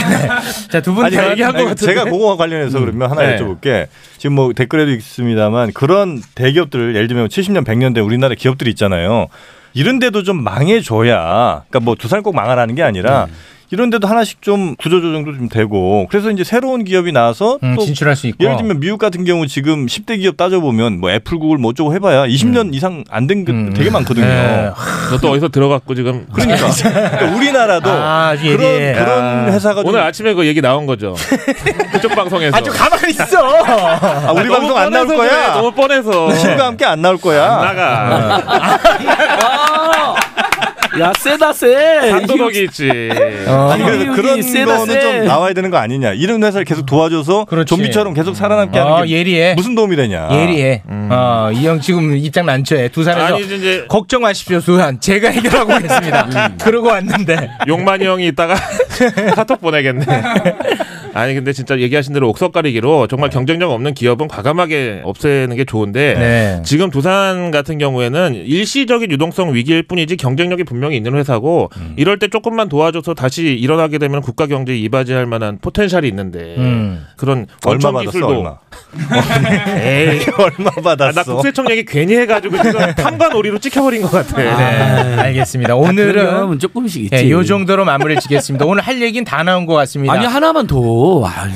Speaker 2: 자, 두 분
Speaker 3: 아니,
Speaker 2: 다
Speaker 3: 아니,
Speaker 2: 얘기한 것
Speaker 3: 아니,
Speaker 2: 같은데.
Speaker 3: 제가 그거와 관련해서 그러면 하나
Speaker 10: 네.
Speaker 3: 여쭤볼게. 지금 뭐 댓글에도 있습니다만 그런 대기업들 예를 들면 70년 100년 된 우리나라
Speaker 10: 네.
Speaker 3: 기업들이 있잖아요. 이런 데도 좀 망해줘야 그러니까 뭐 두산 꼭 망하라는 게 아니라 이런데도 하나씩 좀 구조조정도 좀 되고 그래서 이제 새로운 기업이 나와서
Speaker 2: 음, 진출할 수 있고.
Speaker 10: 어.
Speaker 3: 예를 들면 미국 같은 경우 지금 10대 기업 따져보면 뭐 애플 구글 뭐 어쩌고 해봐야 20년 이상 안 된 게 되게 많거든요.
Speaker 10: 음. 네. 너또 어디서 들어갔고 지금
Speaker 3: 그러니까, 그러니까 우리나라도
Speaker 10: 아, 예,
Speaker 3: 그런
Speaker 10: 예.
Speaker 3: 그런
Speaker 10: 아.
Speaker 3: 회사가
Speaker 10: 오늘 아침에 그 얘기 나온 거죠. 그쪽 방송에서.
Speaker 2: 아, 좀 가만히 있어.
Speaker 3: 아, 우리
Speaker 10: 너무
Speaker 3: 방송 안 나올
Speaker 10: 뻔해서
Speaker 3: 거야. 네.
Speaker 10: 그래, 너무 뻔해서.
Speaker 3: 신과 함께 안 나올 거야.
Speaker 10: 네. 나가.
Speaker 9: 아! 야 세다
Speaker 3: 네.
Speaker 9: 세.
Speaker 10: 단도덕이 있지.
Speaker 3: 아니, 그래서 그런
Speaker 9: 세다,
Speaker 3: 거는
Speaker 9: 세.
Speaker 3: 좀 나와야 되는 거 아니냐. 이런 회사를 계속 도와줘서 좀비처럼 계속 살아남게 하는
Speaker 2: 어,
Speaker 3: 게
Speaker 2: 예리해. 아,
Speaker 3: 무슨 도움이 되냐.
Speaker 2: 예리해. 어, 이 형 지금 입장 난처해. 두산에서
Speaker 10: 아니, 이제-
Speaker 2: 걱정 마십시오, 두산. 제가 해결하고 오겠습니다. 그러고 왔는데.
Speaker 10: 용만이 형이 있다가 카톡 보내겠네. 아니 근데 진짜 얘기하신 대로 옥석 가리기로 정말 경쟁력 없는 기업은 과감하게 없애는 게 좋은데
Speaker 2: 네.
Speaker 10: 지금 두산 같은 경우에는 일시적인 유동성 위기일 뿐이지 경쟁력이 분명히 있는 회사고
Speaker 9: 음.
Speaker 10: 이럴 때 조금만 도와줘서 다시 일어나게 되면 국가 경제에 이바지할 만한 포텐셜이 있는데
Speaker 2: 음.
Speaker 10: 그런
Speaker 3: 얼마
Speaker 10: 원천
Speaker 3: 받았어?
Speaker 10: 기술도
Speaker 3: 얼마?
Speaker 10: 에이
Speaker 3: 얼마
Speaker 10: 아, 나
Speaker 3: 받았어?
Speaker 10: 국세청 얘기 괜히 해가지고 지금 탐관오리로 찍혀버린 것 같아.
Speaker 2: 네, 알겠습니다. 오늘은
Speaker 9: 은 조금씩 있지.
Speaker 2: 예, 네. 요 정도로 마무리를 지겠습니다. 오늘 할 얘기는 다 나온 것 같습니다.
Speaker 9: 아니 하나만 더. 아유.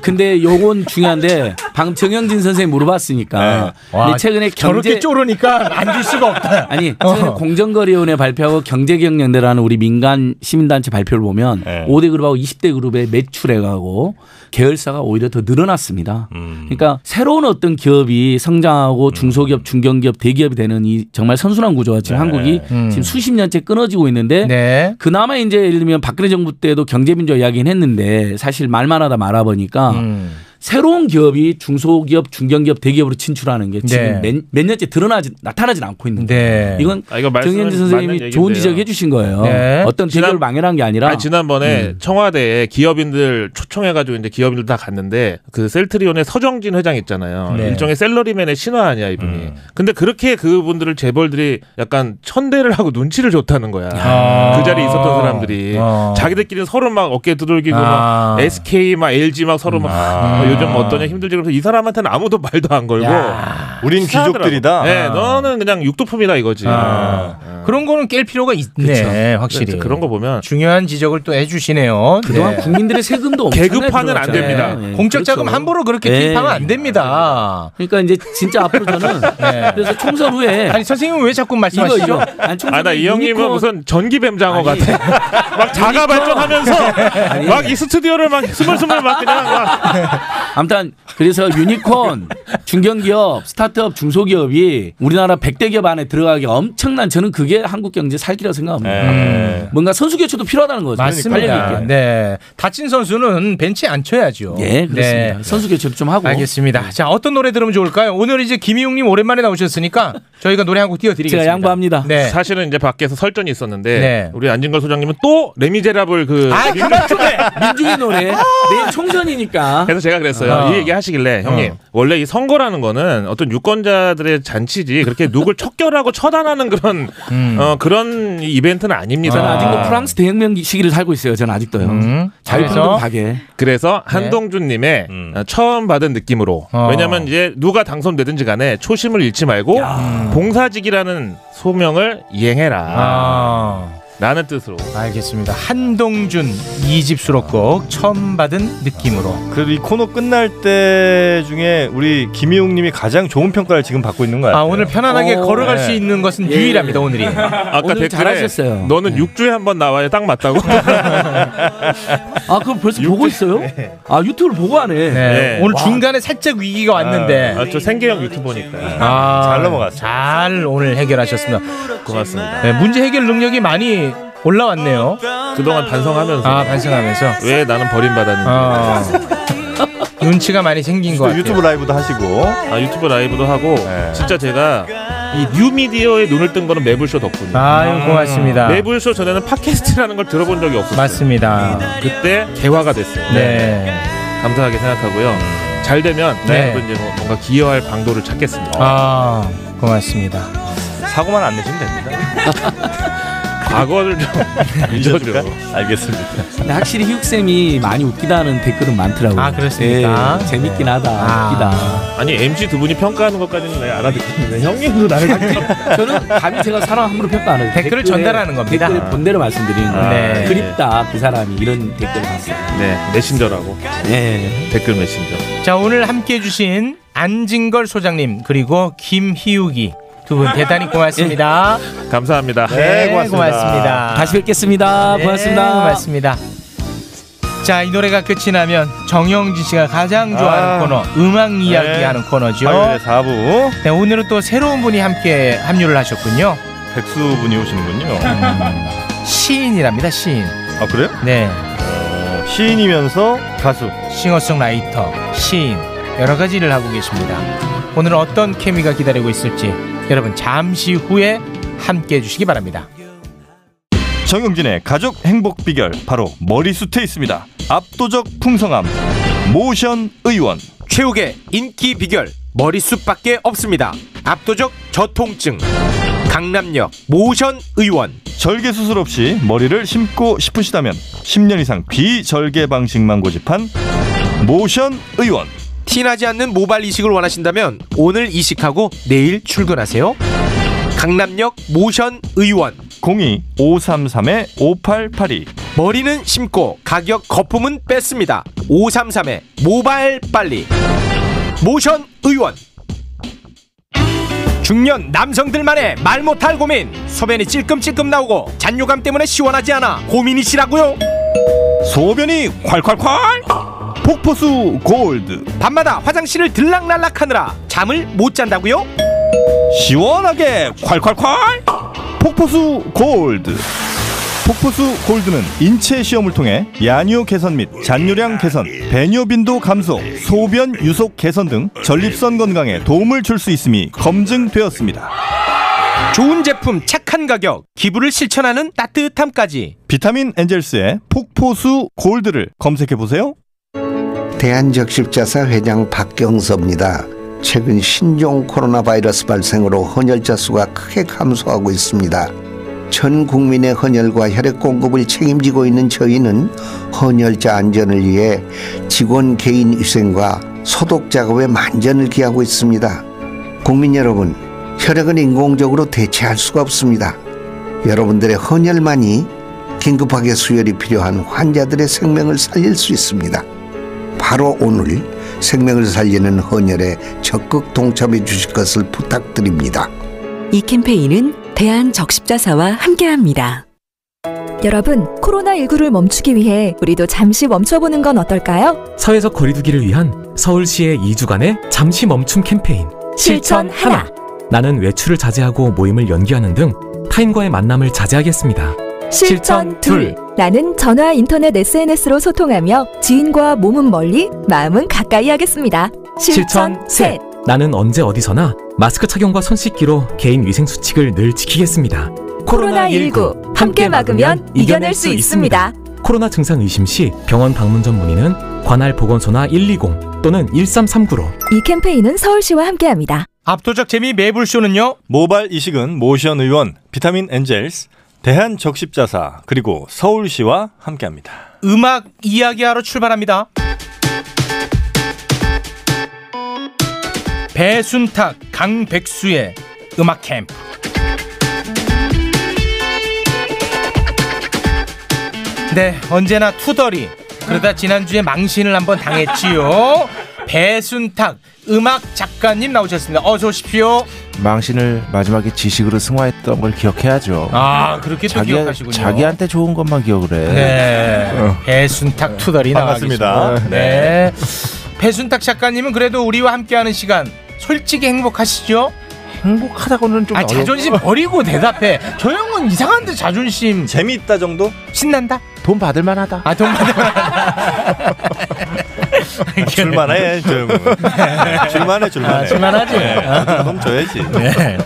Speaker 9: 근데 요건 중요한데 방금 정영진 선생님 물어봤으니까. 근데 최근에
Speaker 2: 네. 저렇게
Speaker 9: 경제
Speaker 2: 쪼르니까 안 줄 수가 없다.
Speaker 9: 아니
Speaker 2: 어.
Speaker 9: 최근에 공정거래위원회 발표하고 경제경영연대라는 우리 민간 시민단체 발표를 보면
Speaker 3: 네.
Speaker 9: 5대 그룹하고 20대 그룹의 매출액하고 계열사가 오히려 더 늘어났습니다. 그러니까 새로운 어떤 기업이 성장하고 중소기업, 중견기업, 대기업이 되는 이 정말 선순환 구조가 지금 한국이 지금 수십 년째 끊어지고 있는데
Speaker 2: 음. 네.
Speaker 9: 그나마 이제 예를 들면 박근혜 정부 때도 경제민주화 이야기는 했는데 사실 말만 하다 말아보니까
Speaker 2: 음.
Speaker 9: 새로운 기업이 중소기업, 중견기업, 대기업으로 진출하는 게 지금
Speaker 2: 네.
Speaker 9: 몇, 몇 년째 드러나지 나타나진 않고 있는데
Speaker 2: 네.
Speaker 9: 이건
Speaker 10: 아, 이거 말씀은
Speaker 9: 정현진
Speaker 10: 맞는
Speaker 9: 선생님이 좋은
Speaker 10: 얘기인데요.
Speaker 9: 지적해 주신 거예요.
Speaker 2: 네.
Speaker 9: 어떤 대결
Speaker 10: 지난-
Speaker 9: 망해란 게 아니라
Speaker 10: 아니, 지난번에
Speaker 2: 음.
Speaker 10: 청와대에 기업인들 초청해가지고 이제 기업인들 다 갔는데 그 셀트리온의 서정진 회장 있잖아요.
Speaker 2: 네. 음.
Speaker 10: 일종의 셀러리맨의 신화 아니야 이분이. 근데 그렇게 그분들을 재벌들이 약간 천대를 하고 눈치를 줬다는 거야.
Speaker 2: 아.
Speaker 10: 그 자리에 있었던 사람들이
Speaker 2: 아.
Speaker 10: 자기들끼리는 서로 막 어깨 두들기고
Speaker 2: 아. 음.
Speaker 10: 막 SK 막 LG 막 서로 막
Speaker 3: 아.
Speaker 10: 어, 요즘 어떠냐 힘들지 그래서 이 사람한테는 아무도 말도 안 걸고.
Speaker 3: 우린
Speaker 10: 하더라고.
Speaker 3: 귀족들이다.
Speaker 10: 네, 너는 그냥 육두품이다 이거지.
Speaker 2: 아. 그런 거는 깰 필요가 있네. 뭐- 확실히.
Speaker 10: 그런 거 보면
Speaker 2: 중요한 지적을 또 해주시네요.
Speaker 9: 그동안
Speaker 2: 네.
Speaker 9: 국민들의 세금도 엄청
Speaker 10: 계급화는 안 됩니다.
Speaker 2: 공적 자금 함부로 그렇게
Speaker 9: 네.
Speaker 2: 투입하면 안 됩니다.
Speaker 9: 그러니까 이제 진짜 앞으로 저는
Speaker 2: 네.
Speaker 9: 그래서 총선 후에
Speaker 2: 아니 선생님은 왜 자꾸
Speaker 9: 이거
Speaker 2: 말씀하시죠?
Speaker 9: 이거 아니 총선
Speaker 10: 아 나 이
Speaker 9: 후에
Speaker 10: 형님은
Speaker 9: 유니콘-
Speaker 10: 무슨 전기뱀 장어 같아. 막 자가 발전하면서 막 이 스튜디오를 막 스물스물 막 그냥 막
Speaker 9: 아무튼 그래서 유니콘 중견기업 스타트업 중소기업이 우리나라 100대 기업 안에 들어가기 엄청난 저는 그게 한국 경제 살기라 생각합니다. 음.
Speaker 3: 네.
Speaker 9: 뭔가 선수 교체도 필요하다는 거죠.
Speaker 2: 맞습니다.
Speaker 9: 활력 있게.
Speaker 2: 네. 다친 선수는 벤치에 앉혀야죠. 네.
Speaker 9: 예, 그렇습니다. 선수 교체도 좀 하고.
Speaker 2: 알겠습니다. 자, 어떤 노래 들으면 좋을까요? 오늘 이제 김희웅님 오랜만에 나오셨으니까 저희가 노래 한 곡 띄워드리겠습니다.
Speaker 9: 제가 양보합니다.
Speaker 2: 네.
Speaker 10: 사실은 이제 밖에서 설전이 있었는데
Speaker 2: 네.
Speaker 10: 우리 안진걸 소장님은 또 레미제라블 그
Speaker 2: 아, 그만 좀 해.
Speaker 9: 민중의 노래. 내일 총선이니까.
Speaker 10: 그래서 제가 그랬어요.
Speaker 2: 어.
Speaker 10: 이 얘기 하시길래 형님 원래 이 선거라는 거는 어떤 유권자들의 잔치지 그렇게 누굴 척결하고 처단하는 그런 어, 그런 이벤트는
Speaker 9: 저는
Speaker 10: 아닙니다.
Speaker 9: 아직도 뭐 프랑스 대혁명 시기를 살고 있어요. 저는 아직도요.
Speaker 2: 음.
Speaker 9: 자유평등 가게.
Speaker 10: 그래서 한동준님의 어, 처음 받은 느낌으로
Speaker 2: 어.
Speaker 10: 왜냐면 이제 누가 당선되든지 간에 초심을 잃지 말고 봉사직이라는 소명을 이행해라
Speaker 2: 아,
Speaker 10: 라는 뜻으로
Speaker 2: 알겠습니다. 한동준 이집 수록곡 처음 받은 느낌으로.
Speaker 3: 그래도 이 코너 끝날 때 중에 우리 김희웅님이 가장 좋은 평가를 지금 받고 있는 거 같아요.
Speaker 2: 아, 오늘 편안하게
Speaker 9: 오,
Speaker 2: 걸어갈
Speaker 3: 네.
Speaker 2: 수 있는 것은
Speaker 9: 네. 예. 네.
Speaker 2: 유일합니다, 오늘이.
Speaker 10: 아까
Speaker 9: 오늘 잘하셨어요.
Speaker 10: 너는 6주에 한 번 나와야 딱 맞다고
Speaker 9: 아, 그럼 벌써 보고 있어요? 아, 유튜브를 보고 하네.
Speaker 2: 네.
Speaker 10: 네.
Speaker 2: 오늘 중간에 살짝 위기가 왔는데.
Speaker 10: 아, 저 생계형 유튜버니까
Speaker 2: 아,
Speaker 3: 네. 잘 넘어갔어요.
Speaker 2: 잘 오늘 해결하셨습니다.
Speaker 10: 고맙습니다
Speaker 2: 네, 문제 해결 능력이 많이 올라왔네요.
Speaker 10: 그동안 반성하면서
Speaker 2: 아, 반성하면서.
Speaker 10: 왜 나는 버림받았는지
Speaker 2: 아. 눈치가 많이 생긴 것
Speaker 3: 또
Speaker 2: 같아요.
Speaker 3: 유튜브 라이브도 하시고
Speaker 10: 아, 유튜브 라이브도 하고
Speaker 3: 네.
Speaker 10: 진짜 제가 이 뉴미디어에 눈을 뜬 거는 매블쇼 덕분이에요
Speaker 2: 아유 고맙습니다.
Speaker 10: 매블쇼 전에는 팟캐스트라는 걸 들어본 적이 없었어요
Speaker 2: 맞습니다.
Speaker 10: 그때 개화가 됐어요
Speaker 2: 네.
Speaker 10: 감사하게 생각하고요. 잘 되면
Speaker 2: 네.
Speaker 10: 네. 이제 뭐 뭔가 기여할 방도를 찾겠습니다.
Speaker 2: 아 고맙습니다.
Speaker 3: 사고만 안 내시면 됩니다.
Speaker 10: 과거를 좀 잊어줘.
Speaker 3: 알겠습니다.
Speaker 9: 근데 확실히 희욱쌤이 많이 웃기다는 댓글은 많더라고요.
Speaker 10: 아, 그렇습니까?
Speaker 9: 예, 재밌긴 하다.
Speaker 2: 아.
Speaker 9: 웃기다.
Speaker 10: 아니 MC 두 분이 평가하는 것까지는 내가 알아듣겠는데 네, 형님도 나를
Speaker 9: 저는 감히 제가 사람 함부로 평가 안 해요.
Speaker 2: 댓글을 전달하는 겁니다.
Speaker 9: 댓글 본대로
Speaker 11: 아,
Speaker 9: 말씀드리는 거예요.
Speaker 10: 네.
Speaker 9: 그립다 그 사람이 이런 댓글을 봤어요.
Speaker 10: 네 메신저라고.
Speaker 9: 네
Speaker 10: 댓글 메신저.
Speaker 2: 자 오늘 함께해 주신 안진걸 소장님 그리고 김희욱이 두 분 대단히 고맙습니다.
Speaker 10: 감사합니다.
Speaker 2: 네.
Speaker 11: 아.
Speaker 2: 고맙습니다.
Speaker 9: 다시 뵙겠습니다.
Speaker 2: 네,
Speaker 9: 고맙습니다.
Speaker 2: 고맙습니다. 자, 이 노래가 끝이 나면 정영진 씨가 가장 좋아하는
Speaker 3: 아. 그렇죠.
Speaker 2: 코너 음악 이야기하는 코너죠.
Speaker 3: 화요일에 4부
Speaker 2: 네, 오늘은 또 새로운 분이 함께 합류를 하셨군요.
Speaker 3: 백수 분이 오시는군요.
Speaker 2: 시인이랍니다. 시인.
Speaker 3: 아 그래요?
Speaker 2: 네.
Speaker 3: 어, 시인이면서 가수.
Speaker 2: 싱어송라이터, 시인 여러 가지 일을 하고 계십니다. 오늘 은 어떤 케미가 기다리고 있을지 여러분 잠시 후에 함께 해 주시기 바랍니다.
Speaker 3: 정영진의 가족 행복 비결 바로 머리숱에 있습니다. 압도적 풍성함. 모션 의원.
Speaker 12: 최욱의 인기 비결 머리숱밖에 없습니다. 압도적 저통증 강남역 모션 의원
Speaker 3: 절개 수술 없이 머리를 심고 싶으시다면 10년 이상 비절개 방식만 고집한 모션 의원.
Speaker 12: 티나지 않는 모발 이식을 원하신다면 오늘 이식하고 내일 출근하세요. 강남역 모션 의원
Speaker 3: 02-533-5882
Speaker 12: 머리는 심고 가격 거품은 뺐습니다. 533의 모발 빨리 모션 의원 중년 남성들만의 말 못할 고민 소변이 찔끔찔끔 나오고 잔뇨감 때문에 시원하지 않아 고민이시라고요?
Speaker 3: 소변이 콸콸콸 폭포수 골드
Speaker 12: 밤마다 화장실을 들락날락하느라 잠을 못 잔다고요?
Speaker 3: 시원하게 콸콸콸 폭포수 골드 폭포수 골드는 인체 시험을 통해 야뇨 개선 및 잔뇨량 개선, 배뇨 빈도 감소, 소변 유속 개선 등 전립선 건강에 도움을 줄 수 있음이 검증되었습니다.
Speaker 12: 좋은 제품 착한 가격 기부를 실천하는 따뜻함까지
Speaker 3: 비타민 엔젤스의 폭포수 골드를 검색해 보세요.
Speaker 13: 대한적십자사 회장 박경서입니다. 최근 신종 코로나 바이러스 발생으로 헌혈자 수가 크게 감소하고 있습니다. 전 국민의 헌혈과 혈액 공급을 책임지고 있는 저희는 헌혈자 안전을 위해 직원 개인 위생과 소독 작업에 만전을 기하고 있습니다. 국민 여러분, 혈액은 인공적으로 대체할 수가 없습니다. 여러분들의 헌혈만이 긴급하게 수혈이 필요한 환자들의 생명을 살릴 수 있습니다. 바로 오늘 생명을 살리는 헌혈에 적극 동참해 주실 것을 부탁드립니다.
Speaker 8: 이 캠페인은 대한적십자사와 함께합니다.
Speaker 14: 여러분, 코로나19를 멈추기 위해 우리도 잠시 멈춰보는 건 어떨까요?
Speaker 15: 사회적 거리두기를 위한 서울시의 2주간의 잠시 멈춤 캠페인
Speaker 14: 실천 하나.
Speaker 15: 나는 외출을 자제하고 모임을 연기하는 등 타인과의 만남을 자제하겠습니다.
Speaker 14: 실천 둘. 나는 전화, 인터넷, SNS로 소통하며 지인과 몸은 멀리, 마음은 가까이 하겠습니다. 실천 셋.
Speaker 15: 나는 언제 어디서나 마스크 착용과 손 씻기로 개인 위생 수칙을 늘 지키겠습니다.
Speaker 14: 코로나19 함께 막으면 이겨낼 수 있습니다.
Speaker 15: 코로나 증상 의심 시 병원 방문 전 문의는 관할 보건소나 120 또는 1339로
Speaker 14: 이 캠페인은 서울시와 함께합니다.
Speaker 2: 압도적 재미 매불쇼는요.
Speaker 3: 모발 이식은 모션 의원, 비타민 엔젤스, 대한적십자사 그리고 서울시와 함께합니다.
Speaker 2: 음악 이야기하러 출발합니다. 배순탁, 강백수의 음악 캠프. 네, 언제나 투덜이. 그러다 지난주에 망신을 한번 당했지요. 배순탁 음악 작가님 나오셨습니다. 어서 오십시오.
Speaker 11: 망신을 마지막에 지식으로 승화했던 걸 기억해야죠.
Speaker 2: 아, 그렇게 또
Speaker 11: 자기-
Speaker 2: 기억하시군요.
Speaker 11: 자기한테 좋은 것만 기억을 해.
Speaker 2: 네.
Speaker 11: 어.
Speaker 2: 배순탁 투덜이 나왔습니다.
Speaker 11: 반갑습니다.
Speaker 2: 네. 배순탁 작가님은 그래도 우리와 함께하는 시간 솔직히 행복하시죠?
Speaker 11: 행복하다고는 좀
Speaker 2: 아,
Speaker 11: 어렵-
Speaker 2: 자존심 버리고 대답해. 저 형은 이상한데 자존심.
Speaker 3: 재미있다 정도?
Speaker 2: 신난다.
Speaker 11: 돈 받을 만하다.
Speaker 2: 아, 돈 받을 만하다. 네.
Speaker 3: 줄만해 좀. 줄만해 줄만해.
Speaker 2: 아, 줄만하지.
Speaker 3: 네, 그럼 줘야지.
Speaker 2: 네.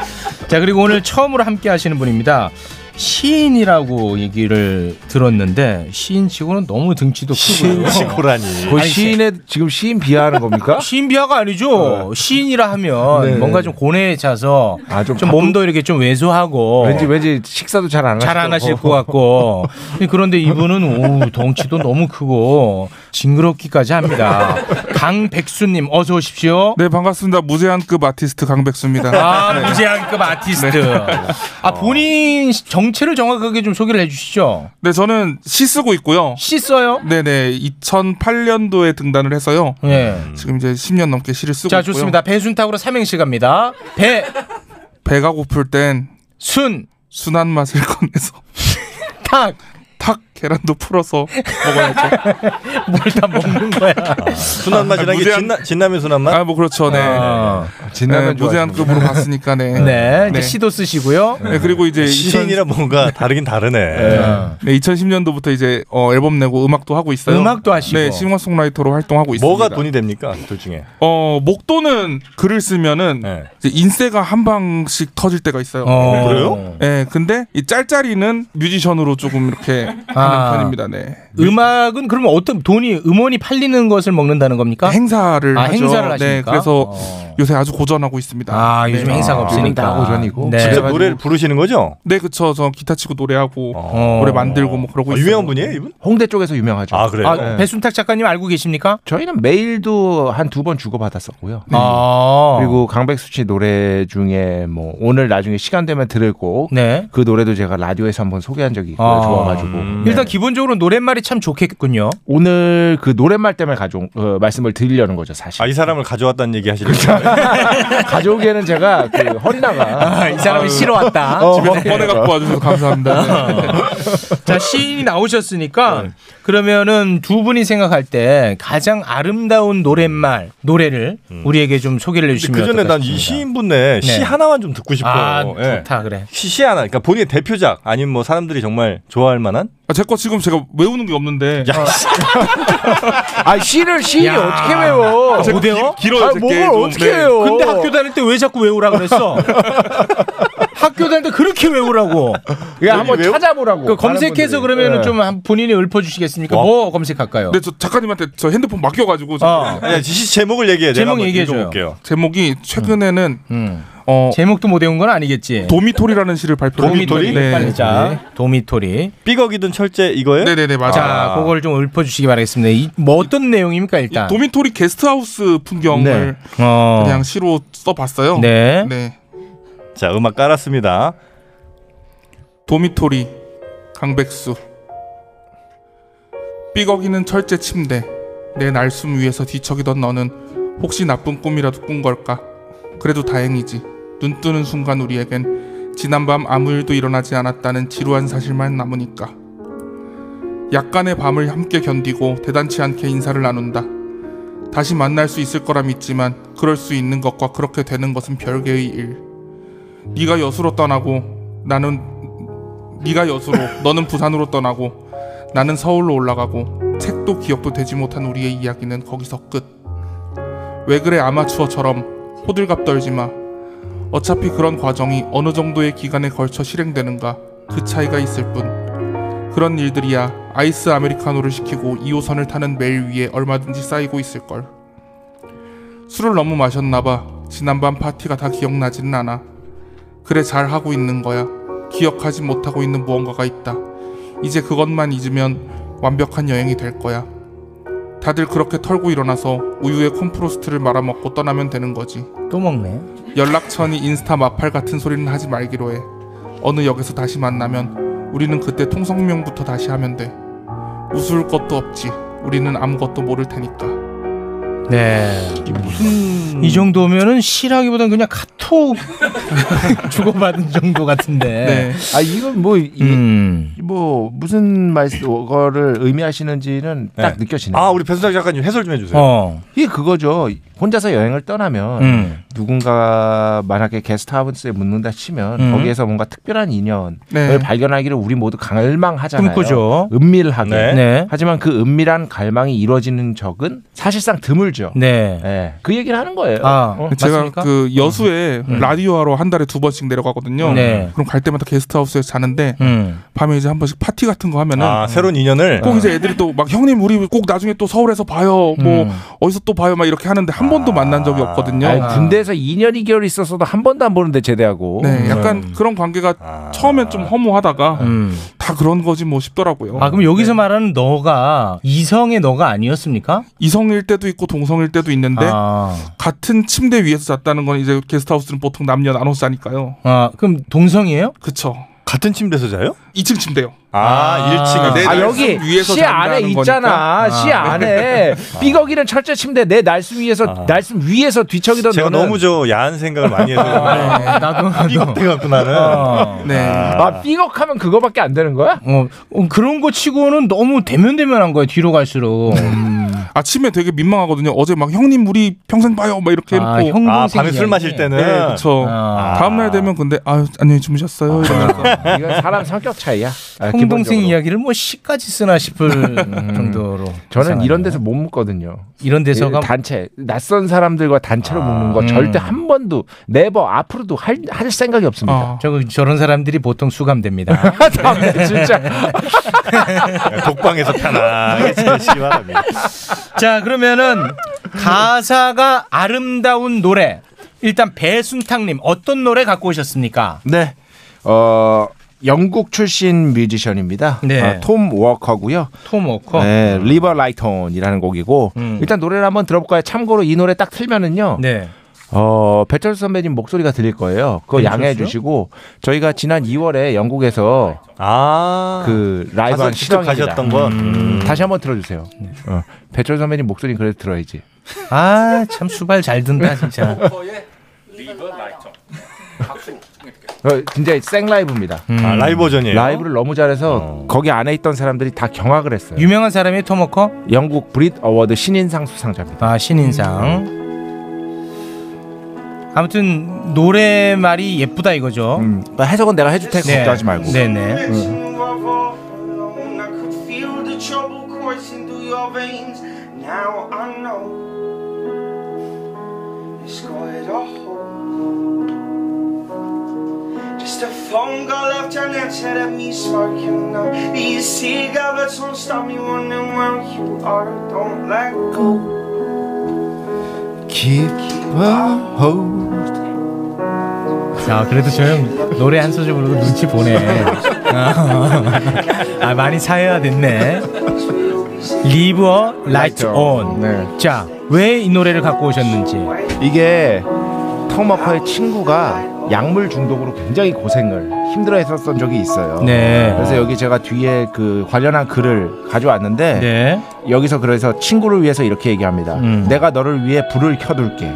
Speaker 2: 자 그리고 오늘 처음으로 함께하시는 분입니다. 시인이라고 얘기를 들었는데 시인치고는 너무 등치도 크고요.
Speaker 11: 뭐 시인치고라니.
Speaker 2: 아니,
Speaker 11: 거의 시인의 지금 시인 비하하는 겁니까? 어.
Speaker 2: 시인 비하가 아니죠. 시인이라 하면
Speaker 11: 네.
Speaker 2: 뭔가 좀 고뇌에 차서 좀,
Speaker 11: 바쁘-
Speaker 2: 몸도 이렇게 좀 왜소하고
Speaker 11: 왠지 왠지 식사도 잘 안 하실
Speaker 2: 잘 안
Speaker 11: 거고.
Speaker 2: 하실 것 같고 그런데 이분은 오 덩치도 너무 크고 징그럽기까지 합니다. 강백수님 어서 오십시오.
Speaker 16: 네 반갑습니다. 무제한급 아티스트 강백수입니다.
Speaker 2: 아
Speaker 16: 네.
Speaker 2: 무제한급 아티스트.
Speaker 16: 네.
Speaker 2: 아 본인 시- 정체를 정확하게 좀 소개를 해주시죠.
Speaker 16: 네, 저는 시 쓰고 있고요.
Speaker 2: 시 써요?
Speaker 16: 네네. 2008년도에 등단을 해서요.
Speaker 2: 예.
Speaker 16: 지금 이제 10년 넘게 시를 쓰고
Speaker 2: 자
Speaker 16: 있고요.
Speaker 2: 좋습니다. 배순탁으로 삼행시 갑니다. 배
Speaker 16: 배가 고플 땐
Speaker 2: 순
Speaker 16: 순한 맛을 꺼내서
Speaker 2: 탁
Speaker 16: 탁 계란도 풀어서 먹어야죠.
Speaker 2: 뭘다 먹는 거야.
Speaker 16: 순한 맛이라는 게 진라,
Speaker 3: 진라면 순한 맛?
Speaker 16: 아 뭐 그렇죠. 네.
Speaker 3: 아,
Speaker 16: 진라면 무제한급으로 갔으니까 네.
Speaker 2: 네, 이제 시도 쓰시고요.
Speaker 16: 네, 그리고 이제
Speaker 3: 시인이라 뭔가 다르긴 다르네.
Speaker 16: 네, 2010년도부터 이제 어, 앨범 내고 음악도 하고 있어요.
Speaker 3: 음악도 하시고.
Speaker 16: 네, 싱어송라이터로 활동하고 있습니다.
Speaker 3: 뭐가 돈이 됩니까? 둘 중에. 네.
Speaker 16: 어 목돈은 글을 쓰면은 이제 인세가 한 방씩 터질 때가 있어요.
Speaker 3: 어. 그래요?
Speaker 16: 네, 근데 이 짤짤이는 뮤지션으로 조금 이렇게
Speaker 2: 아.
Speaker 16: 하는 편입니다. 네.
Speaker 2: 음악은 그러면 어떤 돈이 음원이 팔리는 것을 먹는다는 겁니까?
Speaker 16: 네, 행사를
Speaker 2: 아,
Speaker 16: 하죠.
Speaker 2: 행사를
Speaker 16: 네,
Speaker 2: 하시니까. 어.
Speaker 16: 그래서 요새 아주 네. 고전하고 있습니다.
Speaker 2: 아, 요즘 행사가 없으니까.
Speaker 16: 다 고전이고.
Speaker 2: 네. 직접
Speaker 3: 노래를 부르시는 거죠?
Speaker 16: 네, 그쵸. 저 기타 치고 노래하고
Speaker 2: 어.
Speaker 16: 노래 어. 만들고 네. 뭐 그러고
Speaker 3: 아,
Speaker 16: 있어요.
Speaker 3: 유명한 분이에요, 이분?
Speaker 11: 홍대 쪽에서 유명하죠.
Speaker 3: 아
Speaker 2: 아, 배순탁 작가님 알고 계십니까?
Speaker 11: 저희는 메일도 한 두 번 주고 받았었고요.
Speaker 16: 네.
Speaker 2: 아.
Speaker 11: 그리고 강백수 씨 노래 중에 뭐 오늘 나중에 시간 되면 들을고
Speaker 2: 네.
Speaker 11: 그 노래도 제가 라디오에서 한번 소개한 적이 있고요.
Speaker 2: 아.
Speaker 11: 좋아가지고
Speaker 3: 음.
Speaker 9: 음.
Speaker 11: 네.
Speaker 2: 일단 기본적으로 노랫말이 참 좋겠군요.
Speaker 11: 오늘 그 노랫말 때문에 가져온 어, 말씀을 드리려는 거죠 사실.
Speaker 3: 아, 이 사람을 가져왔다는 얘기 하시는 거예요?
Speaker 11: 가져오기에는 제가 그 허리나가
Speaker 2: 아, 이 사람을
Speaker 11: 아유.
Speaker 2: 싫어 왔다. 어.
Speaker 11: 어,
Speaker 2: 집에서
Speaker 11: 네.
Speaker 2: 꺼내
Speaker 9: 아,
Speaker 2: 갖고 와주셔서 감사합니다. 자 시인이 나오셨으니까 그러면은 두 분이 생각할 때 가장 아름다운 노랫말 노래를 우리에게 좀 소개를 해주시면
Speaker 3: 그 전에 난 이
Speaker 2: 어떨까 싶습니다.
Speaker 3: 시인분의 시
Speaker 2: 네.
Speaker 3: 하나만 좀 듣고 싶어요.
Speaker 2: 아,
Speaker 3: 예.
Speaker 2: 좋다, 그래.
Speaker 3: 시, 시 하나. 그러니까 본인의 대표작 아니면 뭐 사람들이 정말 좋아할 만한?
Speaker 16: 아, 제 거 지금 제가 외우는 게 없는데.
Speaker 3: 야,
Speaker 11: 아 시를 시인이
Speaker 3: 야.
Speaker 11: 어떻게 외워?
Speaker 16: 제뭐 길- 길어요, 제 게 좀. 네.
Speaker 2: 아, 근데 학교 다닐 때 왜 자꾸 외우라 그랬어? 학교 다닐 때 그렇게 외우라고.
Speaker 11: 야, 한번 외우- 찾아보라고.
Speaker 2: 그 검색해서
Speaker 16: 다른 분들이.
Speaker 2: 그러면은
Speaker 16: 예.
Speaker 2: 좀 한- 본인이 읊어주시겠습니까? 뭐 검색할까요?
Speaker 16: 근데 저 작가님한테 저 핸드폰 맡겨가지고.
Speaker 2: 아. 아니,
Speaker 3: 시 제목을 얘기해.
Speaker 2: 제목 얘기해줘요.
Speaker 16: 제목이 최근에는 어,
Speaker 2: 제목도 못 외운 건 아니겠지.
Speaker 16: 도미토리라는 네. 시를 발표를
Speaker 2: 도미토리?
Speaker 16: 했는데.
Speaker 2: 빨리 자. 도미토리.
Speaker 3: 삐걱이든 철제 이거예요?
Speaker 16: 네네네 맞아요.
Speaker 2: 자, 그걸 좀 읊어주시기 바라겠습니다. 이, 뭐 어떤 내용입니까 일단?
Speaker 16: 도미토리 게스트하우스 풍경을
Speaker 2: 어.
Speaker 16: 그냥 시로 써봤어요.
Speaker 2: 네.
Speaker 3: 자, 음악 깔았습니다.
Speaker 16: 도미토리 강백수 삐걱이는 철제 침대 내 날숨 위에서 뒤척이던 너는 혹시 나쁜 꿈이라도 꾼 걸까? 그래도 다행이지. 눈 뜨는 순간 우리에겐 지난밤 아무 일도 일어나지 않았다는 지루한 사실만 남으니까. 약간의 밤을 함께 견디고 대단치 않게 인사를 나눈다. 다시 만날 수 있을 거라 믿지만 그럴 수 있는 것과 그렇게 되는 것은 별개의 일. 네가 여수로 떠나고 나는 네가 여수로 너는 부산으로 떠나고 나는 서울로 올라가고 책도 기억도 되지 못한 우리의 이야기는 거기서 끝. 왜 그래 아마추어처럼 호들갑 떨지 마. 어차피 그런 과정이 어느 정도의 기간에 걸쳐 실행되는가 그 차이가 있을 뿐. 그런 일들이야 아이스 아메리카노를 시키고 2호선을 타는 매일 위에 얼마든지 쌓이고 있을 걸. 술을 너무 마셨나 봐. 지난밤 파티가 다 기억나지는 않아. 그래 잘 하고 있는 거야. 기억하지 못하고 있는 무언가가 있다. 이제 그것만 잊으면 완벽한 여행이 될 거야. 다들 그렇게 털고 일어나서 우유에 콤프로스트를 말아먹고 떠나면 되는 거지.
Speaker 2: 또 먹네.
Speaker 16: 연락처니 인스타 마팔 같은 소리는 하지 말기로 해. 어느 역에서 다시 만나면 우리는 그때 통성명부터 다시 하면 돼. 웃을 것도 없지. 우리는 아무것도 모를 테니까.
Speaker 2: 네. 이 정도면은 실하기보다는 그냥 카톡 주고받은 정도
Speaker 16: 네.
Speaker 2: 같은데.
Speaker 11: 아 이건 뭐 이-
Speaker 2: 음.
Speaker 11: 뭐 무슨 말씀 거를 의미하시는지는 딱
Speaker 3: 네.
Speaker 11: 느껴지네요.
Speaker 3: 아, 우리 배수작 작가님 해설 좀 해주세요.
Speaker 2: 어.
Speaker 11: 이게 그거죠. 혼자서 여행을 떠나면
Speaker 2: 음.
Speaker 11: 누군가 만약에 게스트하우스에 묻는다 치면
Speaker 2: 음.
Speaker 11: 거기에서 그러니까 뭔가 특별한 인연을
Speaker 2: 네.
Speaker 11: 발견하기를 우리 모두 갈망하잖아요.
Speaker 2: 꿈꾸죠.
Speaker 11: 은밀하게.
Speaker 2: 네. 네.
Speaker 11: 하지만 그 은밀한 갈망이 이루어지는 적은 사실상 드물죠.
Speaker 2: 네. 아,
Speaker 11: 그 얘기를 하는 거예요.
Speaker 16: 아,
Speaker 11: 어?
Speaker 16: 제가
Speaker 11: 맞습니까?
Speaker 16: 그 여수에
Speaker 2: 음.
Speaker 16: 라디오 하러 한 달에 두 번씩 내려가거든요.
Speaker 3: 네.
Speaker 16: 그럼 갈 때마다 게스트하우스에서 자는데
Speaker 2: 음.
Speaker 16: 밤에 이제 한 번씩 파티 같은 거 하면은
Speaker 3: 아, 새로운 인연을?
Speaker 16: 꼭 이제 애들이 또 막 형님 우리 꼭 나중에 또 서울에서 봐요. 뭐 어디서 또 봐요. 막 이렇게 하는데 한 번도 만난 적이 없거든요.
Speaker 11: 음. 아. 아니, 군대에서 2년 2개월 있었어도 한 번도 안 보는데 제대하고. 음.
Speaker 16: 네, 약간 그런 관계가
Speaker 3: 아.
Speaker 16: 처음엔 좀 허무하다가 다 그런 거지 뭐 싶더라고요.
Speaker 2: 아 그럼 여기서
Speaker 16: 네.
Speaker 2: 말하는 너가 이성의 너가 아니었습니까? 아.
Speaker 16: 이성일 때도 있고 동성일 때도 있는데 같은 침대 위에서 잤다는 건 이제 게스트하우스는 보통 남녀 나눠서 자니까요.
Speaker 2: 아 그럼 동성이에요?
Speaker 16: 그쵸.
Speaker 3: 같은 침대에서 자요?
Speaker 16: 2층 침대요.
Speaker 3: 아, 일 1층에
Speaker 11: 아, 여기 시 안에 있잖아. 시 안에 삐거기는 철제 침대 내 날숨 위에서
Speaker 16: 아.
Speaker 11: 날숨 위에서 뒤척이던
Speaker 3: 제가
Speaker 11: 너는
Speaker 3: 너무 저 야한 생각을 많이 해서
Speaker 11: 아, 나도, 나도.
Speaker 3: 삐걱대 갖고 나는
Speaker 2: 아.
Speaker 11: 어.
Speaker 16: 네.
Speaker 11: 아 삐걱하면 그거밖에 안 되는 거야?
Speaker 2: 어, 어, 그런 거 치고는 너무 대면대면한 거야 뒤로 갈수록. 음.
Speaker 16: 아침에 되게 민망하거든요. 어제 막 형님 우리 평생 봐요 막 이렇게 뭐.
Speaker 2: 아,
Speaker 16: 해놓고
Speaker 2: 형 아, 밤에 동생이 술 마실 때는?
Speaker 16: 네, 그렇죠.
Speaker 2: 아.
Speaker 16: 다음 날 되면 근데 아 안녕히 주무셨어요 이러면서
Speaker 11: 이건 사람 성격 차이야. 아,
Speaker 2: 형 동생
Speaker 11: 기본적으로. 음.
Speaker 2: 이야기를 뭐 시까지 쓰나 싶을 정도로.
Speaker 11: 저는
Speaker 2: 이상하네요.
Speaker 11: 이런 예, 데서 못 묻거든요. 그
Speaker 2: 이런 데서가-
Speaker 11: 단체 낯선 사람들과 단체로 묻는 거
Speaker 2: 음.
Speaker 11: 절대 한 번도 네버 앞으로도 할, 할 생각이 없습니다.
Speaker 2: 아. 저 저런 사람들이 보통 수감됩니다.
Speaker 11: 아, 진짜. 그
Speaker 3: 독방에서 편안하게 지내시기 바랍니다.
Speaker 2: 자 그러면은 가사가 아름다운 노래. 일단 배순탁님 어떤 노래 갖고 오셨습니까?
Speaker 11: 네. 어, 영국 출신 뮤지션입니다.
Speaker 2: 네.
Speaker 11: 아, 톰 워커고요.
Speaker 2: 톰 워커.
Speaker 11: 네, 리버 라이톤이라는 곡이고
Speaker 2: 음.
Speaker 11: 일단 노래를 한번 들어볼까요? 참고로 이 노래 딱 틀면은요.
Speaker 2: 네.
Speaker 11: 어, 배철수 선배님 목소리가 들릴 거예요. 네, 그거
Speaker 3: 배철수요?
Speaker 11: 양해해 주시고 저희가 지난 2월에 영국에서 그 라이브
Speaker 3: 가서
Speaker 11: 한
Speaker 3: 직접
Speaker 11: 실황입니다.
Speaker 3: 가셨던 건? 음.
Speaker 11: 다시 한번 들어 주세요. 어, 배철수 선배님 목소리는 그래도 들어야지.
Speaker 2: 아 참 수발 잘 든다 진짜.
Speaker 11: 네. 어, 진짜 생 라이브입니다.
Speaker 3: 아, 라이브 버전이에요?
Speaker 11: 라이브를 너무 잘해서 어, 거기 안에 있던 사람들이 다 경악을 했어요.
Speaker 2: 유명한 사람이 톰 워커?
Speaker 11: 영국 브릿 어워드 신인상 수상자입니다.
Speaker 2: 아 신인상.
Speaker 11: 음.
Speaker 2: 아무튼 노래 말이 예쁘다 이거죠.
Speaker 11: 해석은 내가 해줄 테니까 걱정하지 말고.
Speaker 2: 네. 네네.
Speaker 17: Just a phone call left and answered at me sparking up These cigarettes won't stop me wondering where you are Don't let go
Speaker 2: Keep a hold. 자 그래도 저 형 노래 한 소절 부르고 눈치 보네. 아 많이 사야 됐네. Leave a light on.
Speaker 11: 네.
Speaker 2: 자왜 이 노래를 갖고 오셨는지.
Speaker 11: 이게 톰워커의 친구가 약물 중독으로 굉장히 고생을 힘들어했었던 적이 있어요.
Speaker 2: 네.
Speaker 11: 그래서 여기 제가 뒤에 그 관련한 글을 가져왔는데
Speaker 2: 네.
Speaker 11: 여기서 그래서 친구를 위해서 이렇게 얘기합니다. 내가 너를 위해 불을 켜둘게.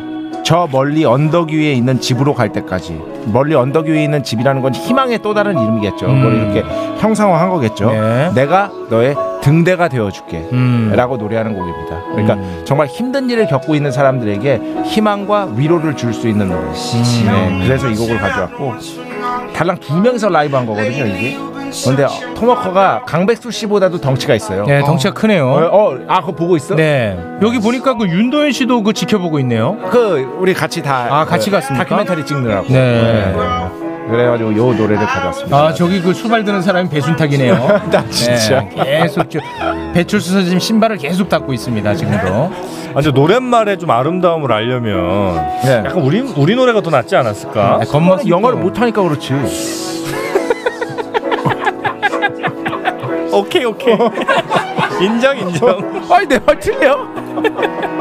Speaker 11: 저 멀리 언덕 위에 있는 집으로 갈 때까지 멀리 언덕 위에 있는 집이라는 건 희망의 또 다른 이름이겠죠. 그걸
Speaker 2: 음.
Speaker 11: 이렇게 형상화한 거겠죠. 내가 너의 등대가 되어줄게.
Speaker 2: 음.
Speaker 11: 라고 노래하는 곡입니다. 그러니까 정말 힘든 일을 겪고 있는 사람들에게 희망과 위로를 줄 수 있는 노래.
Speaker 3: 음.
Speaker 11: 네, 그래서 이 곡을 가져왔고 달랑 두 명이서 라이브한 거거든요. 이게. 근데 토머커가 강백수 씨보다도 덩치가 있어요.
Speaker 2: 네 덩치가 크네요.
Speaker 11: 어, 어, 아 그거 보고 있어?
Speaker 2: 네. 여기 보니까 그 윤도현 씨도 그 지켜보고 있네요.
Speaker 11: 그 우리 같이 다
Speaker 2: 아, 같이
Speaker 11: 그
Speaker 2: 갔습니까?
Speaker 11: 다큐멘터리 찍느라고.
Speaker 2: 네.
Speaker 11: 그래가지고 요 노래를 가져왔습니다.
Speaker 2: 아 저기 그 수발 드는 사람이 배순탁이네요.
Speaker 11: 나 진짜.
Speaker 2: 네, 계속 저, 배출수 선생님 신발을 계속 닦고 있습니다 지금도.
Speaker 3: 아, 근데 노랫말에 좀 아름다움을 알려면
Speaker 11: 네.
Speaker 3: 약간 우리 우리 노래가 더 낫지 않았을까?
Speaker 2: 아, 겉모습도. 그거는 영어를
Speaker 11: 못하니까 그렇지.
Speaker 3: 오케이 오케이. 인정 인정.
Speaker 11: 아니 내말 틀려?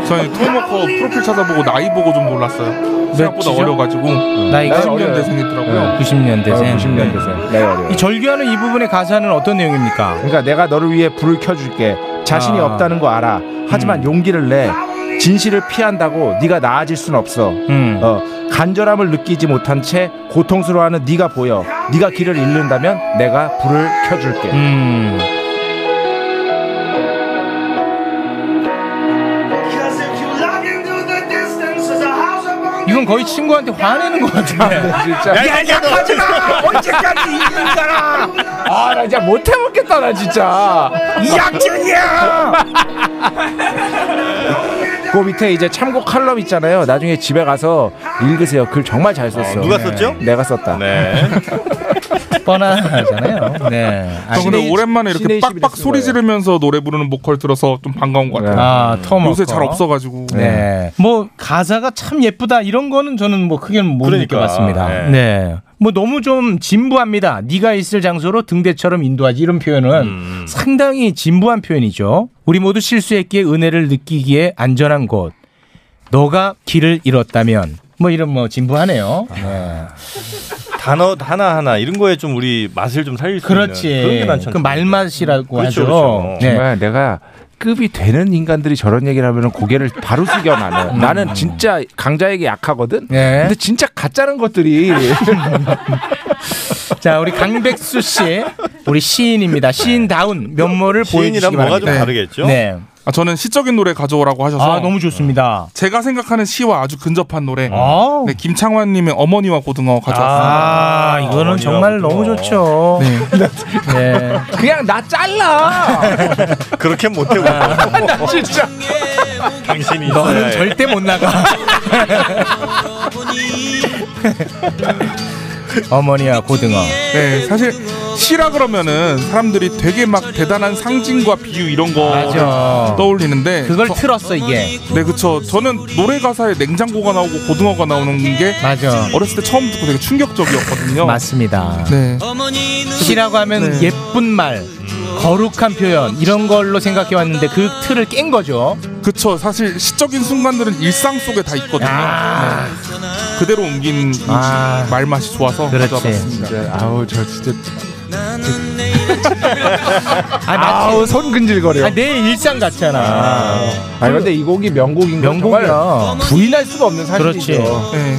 Speaker 16: 저는 토마커 프로필 찾아보고 나이 보고 좀 놀랐어요. 생각보다
Speaker 2: 몇이죠? 네.
Speaker 16: 어려가지고 네.
Speaker 2: 나이가
Speaker 16: 90년대생이더라고요.
Speaker 2: 90년대생.
Speaker 11: 아, 90년대생. 네, 어려요.
Speaker 2: 이 절규하는 이 부분의 가사는 어떤 내용입니까?
Speaker 11: 그러니까 내가 너를 위해 불을 켜줄게. 자신이
Speaker 2: 아.
Speaker 11: 없다는 거 알아. 하지만 용기를 내. 진실을 피한다고 네가 나아질 순 없어.
Speaker 2: 음.
Speaker 11: 어, 간절함을 느끼지 못한 채 고통스러워하는 네가 보여. 네가 길을 잃는다면 내가 불을 켜줄게.
Speaker 17: Cause if you look into the distance
Speaker 2: 지금 거의 친구한테 화내는 것
Speaker 11: 아, 뭐.
Speaker 2: 같은데.
Speaker 11: 진짜.
Speaker 2: 야, 약하지 마! 언제까지 이기는 거야!
Speaker 11: 아, 나 진짜 못 해먹겠다, 나 진짜.
Speaker 2: 약쟁이야!
Speaker 11: 그 밑에 이제 참고 칼럼 있잖아요. 나중에 집에 가서 읽으세요. 글 정말 잘 썼어. 네,
Speaker 2: 어, 누가 썼죠? 네.
Speaker 11: 내가 썼다.
Speaker 2: 뻔하잖아요. 네.
Speaker 16: 저 근데 오랜만에 이렇게 빡빡 소리 지르면서 노래 부르는 보컬 들어서 좀 반가운 것 같아요.
Speaker 2: 아, 톰
Speaker 16: 요새
Speaker 2: 워커.
Speaker 16: 잘 없어가지고.
Speaker 2: 네. 뭐 가사가 참 예쁘다 이런 거는 저는 뭐 크게 못
Speaker 16: 그러니까,
Speaker 2: 느껴봤습니다.
Speaker 16: 네.
Speaker 2: 네. 뭐 너무 좀 진부합니다. 네가 있을 장소로 등대처럼 인도하지 이런 표현은
Speaker 18: 음.
Speaker 2: 상당히 진부한 표현이죠. 우리 모두 실수했기에 은혜를 느끼기에 안전한 곳. 너가 길을 잃었다면 뭐 이런 뭐 진부하네요.
Speaker 18: 아,
Speaker 2: 네.
Speaker 18: 단어 하나 하나 이런 거에 좀 우리 맛을 좀 살릴 수 있는 그런 게
Speaker 2: 그렇지.
Speaker 18: 많잖아요.
Speaker 2: 그 말맛이라고
Speaker 18: 그렇죠,
Speaker 2: 하죠.
Speaker 18: 그렇죠.
Speaker 2: 네.
Speaker 11: 정말 내가 급이 되는 인간들이 저런 얘기를 하면 고개를 바로 숙여 나는
Speaker 18: 음.
Speaker 11: 나는 진짜 강자에게 약하거든
Speaker 2: 네.
Speaker 11: 근데 진짜 가짜는 것들이
Speaker 2: 자 우리 강백수 씨 우리 시인입니다. 시인다운 면모를 보여주시기 바랍니다. 네.
Speaker 16: 아, 저는 시적인 노래 가져오라고 하셔서
Speaker 2: 아, 너무 좋습니다.
Speaker 16: 제가 생각하는 시와 아주 근접한 노래.
Speaker 2: 아.
Speaker 16: 네, 김창완님의 어머니와 고등어 가져왔습니다.
Speaker 2: 아, 이거는 정말 너무 좋죠. 네.
Speaker 11: 그냥 나 잘라
Speaker 18: 그렇게 못해
Speaker 11: 나 진짜
Speaker 18: 당신이
Speaker 2: 너는
Speaker 18: 있어야
Speaker 2: 절대 못 나가. 어머니와 고등어.
Speaker 16: 네, 사실 시라 그러면은 사람들이 되게 막 대단한 상징과 비유 이런 거
Speaker 2: 맞아.
Speaker 16: 어, 떠올리는데
Speaker 2: 그걸 틀었어 이게.
Speaker 16: 네, 그쵸. 저는 노래 가사에 냉장고가 나오고 고등어가 나오는 게
Speaker 2: 맞아.
Speaker 16: 어렸을 때 처음 듣고 되게 충격적이었거든요.
Speaker 2: 맞습니다.
Speaker 16: 네.
Speaker 2: 시라고 하면
Speaker 16: 네.
Speaker 2: 예쁜 말, 거룩한 표현 이런 걸로 생각해 왔는데 그 틀을 깬 거죠.
Speaker 16: 그쵸. 사실 시적인 순간들은 일상 속에 다 있거든요.
Speaker 18: 아.
Speaker 16: 네. 그대로 옮긴 이 말맛이 좋아서
Speaker 2: 그렇지.
Speaker 18: 그렇죠.
Speaker 16: 가져왔습니다.
Speaker 11: 아우 저 진짜
Speaker 2: 아, 나
Speaker 16: 어,
Speaker 11: 아우,
Speaker 2: 지금-
Speaker 11: 손 근질거려.
Speaker 2: 아, 내 일상 같잖아.
Speaker 11: 아니 근데 이 곡이 명곡인 거
Speaker 2: 명곡이야.
Speaker 11: 정말 부인할 수가 없는 사실이죠 네.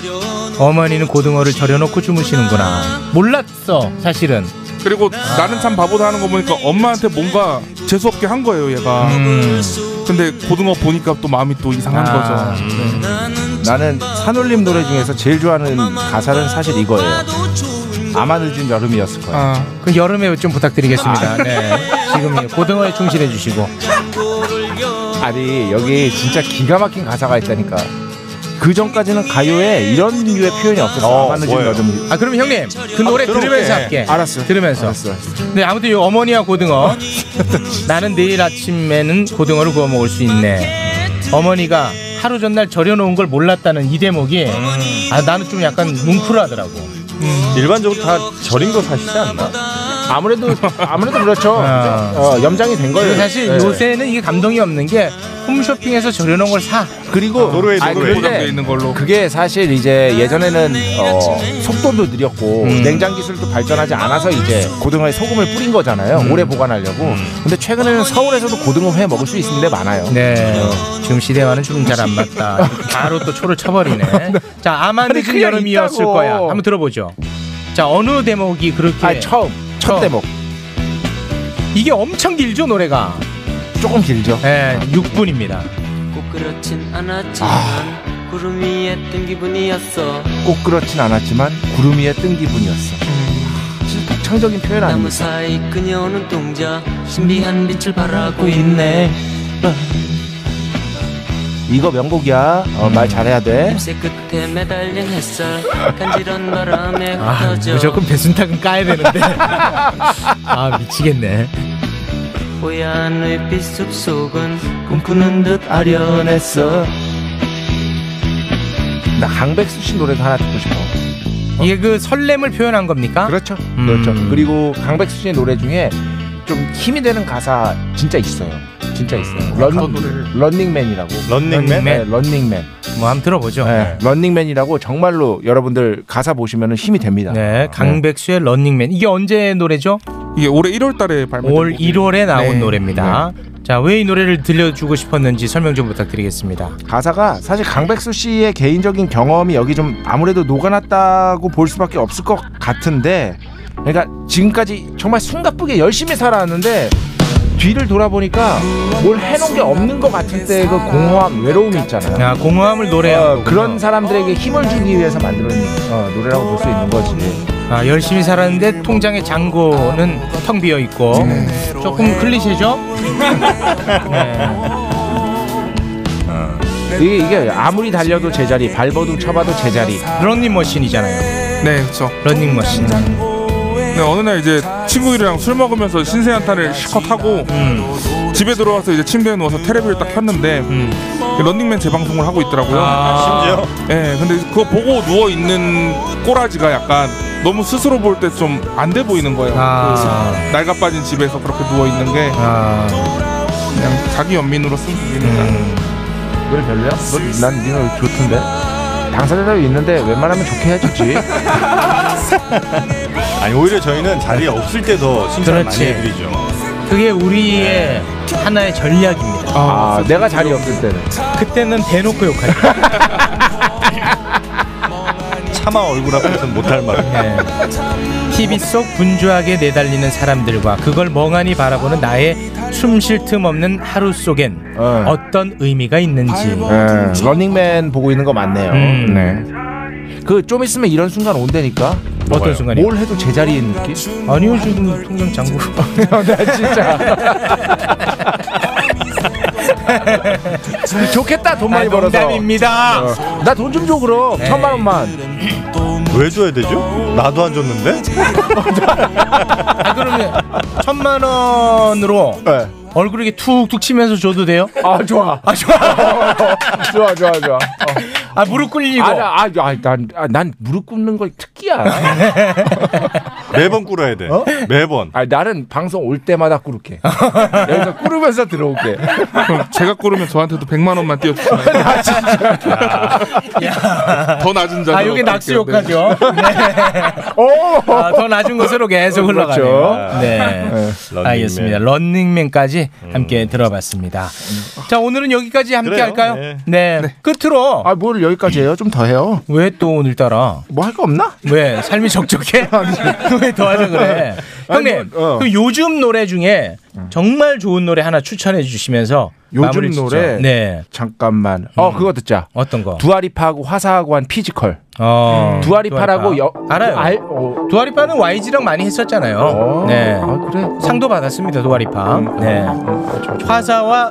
Speaker 2: 그렇지. 어머니는 고등어를 절여놓고 주무시는구나. 몰랐어, 사실은.
Speaker 16: 그리고 나는 참 바보다 하는 거 보니까 엄마한테 뭔가 재수 없게 한 거예요, 얘가.
Speaker 2: 음.
Speaker 16: 근데 고등어 보니까 또 마음이 또 이상한
Speaker 11: 아,
Speaker 16: 거죠.
Speaker 11: 나는 산울림 노래 중에서 제일 좋아하는 가사는 사실 이거예요 아마 늦은 여름이었을 거야
Speaker 16: 네.
Speaker 2: 그 여름에 좀 부탁드리겠습니다.
Speaker 11: 아.
Speaker 2: 네. 지금 고등어에 충실해 주시고.
Speaker 11: 아니 여기 진짜 기가 막힌 가사가 있다니까 그 전까지는 가요에 이런 류의 표현이 없었어 아마 늦은 여름
Speaker 2: 아 그럼 형님 그 노래
Speaker 11: 아, 들어볼게.
Speaker 2: 들으면서 할게.
Speaker 11: 알았어.
Speaker 2: 들으면서. 네 아무튼 이 어머니와 고등어. 나는 내일 아침에는 고등어를 구워 먹을 수 있네. 어머니가 하루 전날 절여놓은 걸 몰랐다는 이 대목이 아 나는 좀 약간 뭉클하더라고.
Speaker 18: 일반적으로 다 절인 거 사시지 않나?
Speaker 11: 아무래도 아무래도 그렇죠.
Speaker 2: 아.
Speaker 11: 어, 염장이 된 거예요.
Speaker 2: 그리고 사실
Speaker 11: 네.
Speaker 2: 요새는 이게 감동이 없는 게 홈쇼핑에서 절여놓은 걸 사.
Speaker 11: 아, 그리고 아니, 근데 그게 사실 이제 예전에는 어, 속도도 느렸고
Speaker 2: 음.
Speaker 11: 냉장 기술도 발전하지 않아서 이제 고등어에 소금을 뿌린 거잖아요. 오래 보관하려고. 근데 최근에는 서울에서도 고등어 회 먹을 수 있는 데 많아요.
Speaker 2: 네. 지금 시대와는 좀 잘 안 맞다. 바로 또 초를 쳐버리네. 자, 아마
Speaker 11: 아니,
Speaker 2: 늦은
Speaker 11: 그냥
Speaker 2: 여름이었을
Speaker 11: 있다고.
Speaker 2: 거야. 한번 들어보죠. 자, 어느 대목이 그렇게.
Speaker 11: 아, 처음. 첫 대목.
Speaker 2: 이게 엄청 길죠, 노래가.
Speaker 11: 조금 길죠.
Speaker 2: 네, 6분입니다.
Speaker 19: 꼭 그렇진 않았지만 구름 위에 뜬 기분이었어
Speaker 11: 꼭 그렇진 않았지만 구름 위에 뜬 기분이었어. 진짜 창적인 표현 아닙니까?
Speaker 19: 나무 사이 그녀는 동자 신비한 빛을 바라고 있네
Speaker 11: 이거 명곡이야. 어, 말 잘해야 돼.
Speaker 19: 새 끝에 매달린 햇살 간지런 바람에
Speaker 2: 아,
Speaker 19: 흩어져
Speaker 2: 무조건 배순탁은 까야 되는데. 아, 미치겠네.
Speaker 19: 뽀얀 의빛 숲속은 꿈꾸는 듯 아련했어 음.
Speaker 11: 나 강백수 씨 노래도 하나 듣고 싶어.
Speaker 2: 이게 그 설렘을 표현한 겁니까?
Speaker 11: 그렇죠.
Speaker 18: 음.
Speaker 11: 그렇죠. 그리고 강백수 씨의 노래 중에 좀 힘이 되는 가사 진짜 있어요. 진짜 있어요.
Speaker 18: 음.
Speaker 11: 런, 런닝맨이라고.
Speaker 18: 런닝맨?
Speaker 11: 네, 런닝맨.
Speaker 2: 뭐 한번 들어보죠.
Speaker 11: 네, 런닝맨이라고 정말로 여러분들 가사 보시면 힘이 됩니다.
Speaker 2: 네, 강백수의 런닝맨. 이게 언제 노래죠?
Speaker 16: 이게 올해 1월 달에 발매된
Speaker 2: 올 1월에 나온
Speaker 11: 네.
Speaker 2: 노래입니다. 자, 왜 이 노래를 들려주고 싶었는지 설명 좀 부탁드리겠습니다.
Speaker 11: 가사가 사실 강백수 씨의 개인적인 경험이 여기 좀 아무래도 녹아났다고 볼 수밖에 없을 것 같은데 그러니까 지금까지 정말 숨가쁘게 열심히 살아왔는데 뒤를 돌아보니까 뭘 해놓은 게 없는 것 같을 때 그 공허함, 외로움이 있잖아요.
Speaker 2: 야, 공허함을 노래한
Speaker 11: 어,
Speaker 2: 거군요.
Speaker 11: 그런 사람들에게 힘을 주기 위해서 만드는 어, 노래라고 볼 수 있는 거지.
Speaker 2: 아, 열심히 살았는데 통장의 잔고는 텅 비어 있고 조금 클리셰죠? 네.
Speaker 11: 어. 이게, 이게 아무리 달려도 제자리, 밟아도 쳐봐도 제자리.
Speaker 2: 런닝 머신이잖아요.
Speaker 16: 네, 그렇죠.
Speaker 2: 런닝 머신.
Speaker 16: 네, 어느 날 이제 친구들이랑 술 먹으면서 신세 한탄을 실컷 하고 집에 들어와서 이제 침대에 누워서 텔레비를 딱 켰는데 런닝맨 재방송을 하고 있더라고요.
Speaker 18: 아,
Speaker 16: 심지어? 네, 근데 그거 보고 누워 있는 꼬라지가 약간 너무 스스로 볼 때 좀 안 돼 보이는 거예요.
Speaker 2: 아.
Speaker 16: 그 낡아 빠진 집에서 그렇게 누워 있는 게 그냥 자기 연민으로 쓴 곡입니다.
Speaker 11: 노래 별로야? 난 니가 좋던데. 당사자도 있는데 웬만하면 좋게 해주지.
Speaker 18: 아니 오히려 저희는 자리에 없을 때 더 칭찬 많이
Speaker 2: 그렇지.
Speaker 18: 해드리죠.
Speaker 2: 그게 우리의 하나의 전략입니다.
Speaker 11: 아, 내가 자리 없을 때는.
Speaker 2: 그때는 대놓고 욕하죠.
Speaker 18: 차마 얼굴 앞에서는 못할 말.
Speaker 2: TV 속 분주하게 내달리는 사람들과 그걸 멍하니 바라보는 나의 숨 쉴 틈 없는 하루 속엔 어. 떤 의미가 있는지.
Speaker 11: 네, 러닝맨 보고 있는 거
Speaker 16: 어,
Speaker 11: 맞네요.
Speaker 2: 음.
Speaker 11: 네. 그 좀 있으면 이런 순간 온다니까.
Speaker 2: 어떤 순간이요?
Speaker 11: 뭘 해도 제자리인 느낌?
Speaker 2: 아니요 지금 통장 잔고.
Speaker 11: 나 진짜. 좋겠다 돈 많이 뭐. 네.
Speaker 2: 아,
Speaker 11: 벌어서.
Speaker 2: 농담입니다.
Speaker 11: 나 돈 좀 줘 그럼 천만 원만.
Speaker 18: 음. 왜 줘야 되죠? 나도 안 줬는데.
Speaker 2: 아, 천만 원으로 얼굴 이렇게 툭툭 치면서 줘도 돼요?
Speaker 11: 아 네. 좋아.
Speaker 2: 아 좋아.
Speaker 11: 좋아 좋아 좋아.
Speaker 2: 아 무릎 꿇리고.
Speaker 11: 아, 아, 아, 난, 아, 난 무릎 꿇는 걸 특기야.
Speaker 18: 매번 꿇어야 돼. 매번.
Speaker 11: 아, 나는 방송 올 때마다 꿇을게. 여기서 꿇으면서 들어올게.
Speaker 16: 그럼 제가 꿇으면 저한테도 100만 원만 띄워주세요. 더 낮은 자로
Speaker 2: 아 이게 낙수 효과죠. 네.
Speaker 11: 오.
Speaker 2: 아, 더 낮은 곳으로 계속
Speaker 11: 네. 그렇죠.
Speaker 2: 흘러가네요. 네.
Speaker 11: 네. 음.
Speaker 2: 런닝맨. 알겠습니다. 런닝맨까지 함께 들어봤습니다. 자 오늘은 여기까지 함께
Speaker 11: 그래요.
Speaker 2: 할까요?
Speaker 11: 네.
Speaker 2: 네. 끝으로
Speaker 11: 아 뭘 여기까지 해요? 좀 더 해요.
Speaker 2: 왜 또 오늘따라
Speaker 11: 뭐 할 거 없나?
Speaker 2: 왜 삶이 적적해? 왜 더하자 그래?
Speaker 11: 아니,
Speaker 2: 형님
Speaker 11: 뭐, 어.
Speaker 2: 그럼 요즘 노래 중에 정말 좋은 노래 하나 추천해 주시면서
Speaker 11: 요즘
Speaker 2: 마무리 짓죠.
Speaker 11: 노래
Speaker 2: 네. 음.
Speaker 11: 잠깐만 어 그거 듣자
Speaker 2: 어떤 거
Speaker 11: 두아리파하고 화사하고 한 피지컬 음.
Speaker 2: 어,
Speaker 11: 두아리파라고 여-
Speaker 2: 알아요.
Speaker 11: 알- 어.
Speaker 2: 두아리파는 YG랑 많이 했었잖아요. 네.
Speaker 11: 그래. 음.
Speaker 2: 상도 받았습니다. 두아리파. 네. 화사와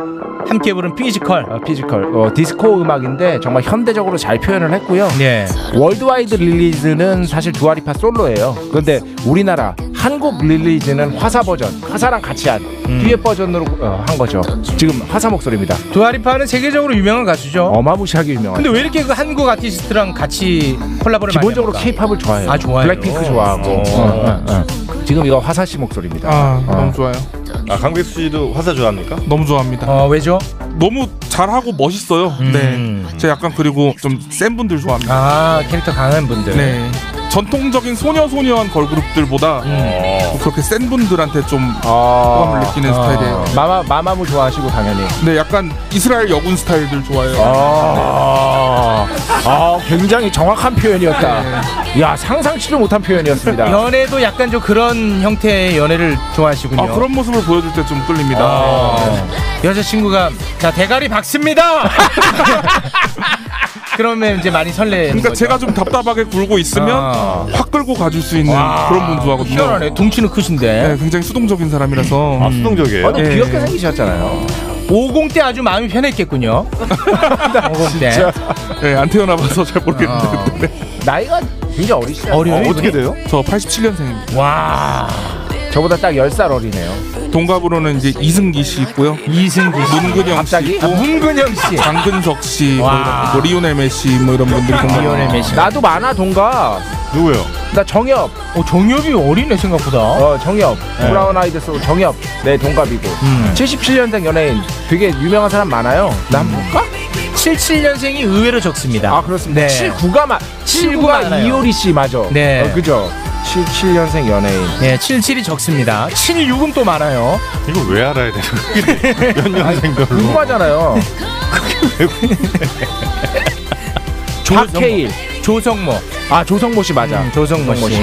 Speaker 2: 함께 부른 피지컬.
Speaker 11: 어, 피지컬 어, 디스코 음악인데 정말 현대적으로 잘 표현을 했고요
Speaker 2: 네.
Speaker 11: 월드와이드 릴리즈는 사실 두아리파 솔로예요 그런데 우리나라 한국 릴리즈는 화사 버전 화사랑 같이 한 뒤에 버전으로 어, 한 거죠 지금 화사 목소리입니다
Speaker 2: 두아리파는 세계적으로 유명한 가수죠.
Speaker 11: 어마무시하게 유명한
Speaker 2: 근데 왜 이렇게 그 한국 아티스트랑 같이 콜라보를
Speaker 11: 기본적으로
Speaker 2: 많이 합니까?
Speaker 11: 케이팝을 좋아해요
Speaker 2: 아, 좋아요.
Speaker 11: 블랙핑크 좋아하고
Speaker 2: 어.
Speaker 11: 어, 어, 어. 지금 이거 화사 씨 목소리입니다
Speaker 16: 아,
Speaker 11: 어.
Speaker 16: 너무 좋아요.
Speaker 18: 아 강백수 씨도 화사 좋아합니까?
Speaker 16: 너무 좋아합니다.
Speaker 2: 아 왜죠?
Speaker 16: 너무 잘하고 멋있어요.
Speaker 11: 음.
Speaker 16: 네. 제가 약간 그리고 좀 센 분들 좋아합니다.
Speaker 2: 아 캐릭터 강한 분들.
Speaker 16: 네. 전통적인 소녀 소녀한 걸그룹들보다 그렇게 센 분들한테 좀
Speaker 2: 어.
Speaker 16: 호감을 느끼는
Speaker 11: 아.
Speaker 16: 스타일이에요.
Speaker 11: 마마 마마무 좋아하시고 당연히
Speaker 16: 네, 약간 이스라엘 여군 스타일들 좋아해요.
Speaker 11: 아, 아, 굉장히 정확한 표현이었다. 야, 상상치도 못한 표현이었습니다.
Speaker 2: 연애도 약간 좀 그런 형태의 연애를 좋아하시군요. 어.
Speaker 16: 아, 그런 모습을 보여줄 때 좀 끌립니다.
Speaker 11: 아.
Speaker 2: 여자친구가 자 대가리 박습니다. 그러면 이제 많이 설레.
Speaker 16: 그러니까 제가 좀 답답하게 굴고 있으면
Speaker 11: 아.
Speaker 16: 확 끌고 가줄 수 있는 그런 분 좋아하거든요.
Speaker 2: 희한하네. 덩치는 크신데.
Speaker 16: 네, 굉장히 수동적인 사람이라서.
Speaker 2: 아, 수동적이에요? 아, 근데 귀엽게
Speaker 11: 생기셨잖아요.
Speaker 2: 50 때 아주 마음이 편했겠군요. 50 대.
Speaker 16: 네, 안 태어나봐서 잘 모르겠는데.
Speaker 11: 아. 나이가 굉장히 어리시죠?
Speaker 16: 어려요, 어, 어떻게
Speaker 11: 돼요?
Speaker 16: 저 87년생입니다.
Speaker 2: 와.
Speaker 11: 저보다 딱 10살 어리네요.
Speaker 16: 동갑으로는 이제 이승기 씨 있고요.
Speaker 2: 이승기
Speaker 16: 씨. 문근영 씨
Speaker 11: 아,
Speaker 16: 있고.
Speaker 2: 문근영 씨.
Speaker 16: 장근석 씨. 뭐 이런, 뭐 리오넬메 씨. 뭐 이런 분들이 정말.
Speaker 11: 아, 나도 많아 동갑.
Speaker 18: 누구요?
Speaker 11: 나 정엽.
Speaker 2: 어, 정엽이 어리네 생각보다.
Speaker 11: 어, 정엽.
Speaker 2: 네. 음.
Speaker 11: 브라운 아이드 소울 정엽. 내 동갑이고. 77년생 연예인 되게 유명한 사람 많아요. 나 한번 볼까?
Speaker 2: 77년생이 의외로 적습니다.
Speaker 11: 아, 그렇습니다.
Speaker 2: 네.
Speaker 11: 79가 마,
Speaker 2: 79가
Speaker 11: 79가
Speaker 2: 많아요.
Speaker 11: 이효리 씨 맞아.
Speaker 2: 네.
Speaker 11: 어, 그죠? 77년생 연예인.
Speaker 2: 네, 77이 적습니다. 76은 또 많아요.
Speaker 18: 이거 왜 알아야 되는 거야? 몇 년생별로?
Speaker 11: 궁금하잖아요.
Speaker 2: 박해일, 조성모.
Speaker 11: 아 조성모 씨 맞아.
Speaker 2: 음, 조성모 씨.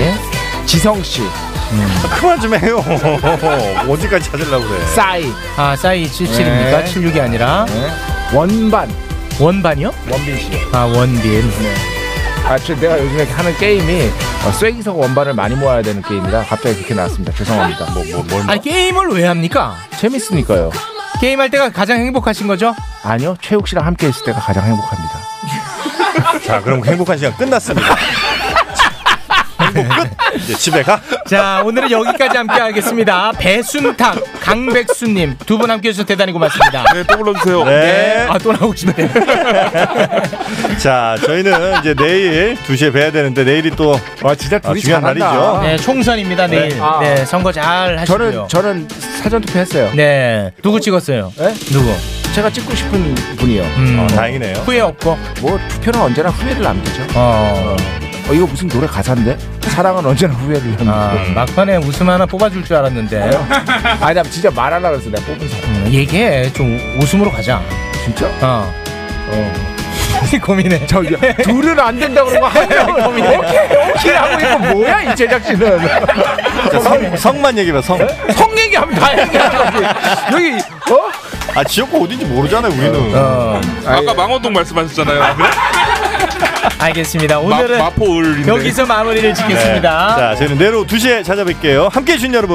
Speaker 11: 지성 씨.
Speaker 3: 그만 좀 해요. 어디까지 찾으려고 그래.
Speaker 2: 싸이. 아, 싸이 77입니까?
Speaker 3: 네.
Speaker 2: 76이 아니라.
Speaker 11: 원반.
Speaker 2: 원반이요?
Speaker 11: 원빈 씨.
Speaker 2: 아, 원빈.
Speaker 11: 아, 저 내가 요즘에 하는 게임이 어, 쐐기석 원반을 많이 모아야 되는 게임이라 갑자기 그렇게 나왔습니다. 죄송합니다. 뭐, 뭐, 뭘.
Speaker 2: 아니, 게임을 왜 합니까?
Speaker 11: 재밌으니까요.
Speaker 2: 게임할 때가 가장 행복하신 거죠?
Speaker 11: 아니요, 최욱 씨랑 함께 있을 때가 가장 행복합니다.
Speaker 3: 자, 그럼 행복한 시간 끝났습니다. 이제 집에 가.
Speaker 2: 자, 오늘은 여기까지 함께 하겠습니다. 배순탁, 강백수님 두 분 함께 해주셔서 대단히 고맙습니다.
Speaker 16: 네, 또 불러주세요.
Speaker 3: 네.
Speaker 2: 아, 또 나오시네요.
Speaker 3: 자, 저희는 이제 내일 2시에 뵈야 되는데 내일이 또
Speaker 11: 와, 아, 진짜
Speaker 2: 둘이
Speaker 3: 중요한
Speaker 2: 잘한다.
Speaker 3: 날이죠.
Speaker 2: 네, 총선입니다, 내일. 네, 선거 잘 하시고요.
Speaker 11: 아. 저는 저는 사전 투표했어요.
Speaker 2: 네. 누구 찍었어요?
Speaker 11: 네? 어,
Speaker 2: 누구?
Speaker 11: 제가 찍고 싶은 분이요.
Speaker 2: 음. 후회 없고.
Speaker 11: 뭐 투표는 언제나 후회를 남기죠.
Speaker 2: 어.
Speaker 11: 어, 이거 무슨 노래 가사인데? 사랑은 언제나 후회를 남기고.
Speaker 2: 아, 막판에 웃음 하나 뽑아줄 줄 알았는데.
Speaker 11: 네. 아니 나 진짜 말하려고 그랬어 내가 뽑은 사람.
Speaker 2: 음, 얘기해. 좀 웃음으로 가자.
Speaker 11: 진짜?
Speaker 2: 어. 어. 고민해.
Speaker 11: 저 둘은 안 된다 그러고 한 명을 고민해. 오케이 오케이 하고 이거 뭐야 이 제작진은.
Speaker 3: 자, 성, 성만 얘기해봐, 성.
Speaker 11: 성 얘기하면 다 얘기하지. 여기 어?
Speaker 3: 아, 지역구 어딘지 모르잖아요, 우리는.
Speaker 2: 어,
Speaker 16: 아까 망원동 말씀하셨잖아요.
Speaker 2: 알겠습니다. 오늘은
Speaker 16: 마포울 네.
Speaker 3: 네.
Speaker 2: 여기서 마무리를 짓겠습니다.
Speaker 3: 자, 저희는 내일 오후 2시에 찾아뵐게요. 함께 해주신 여러분.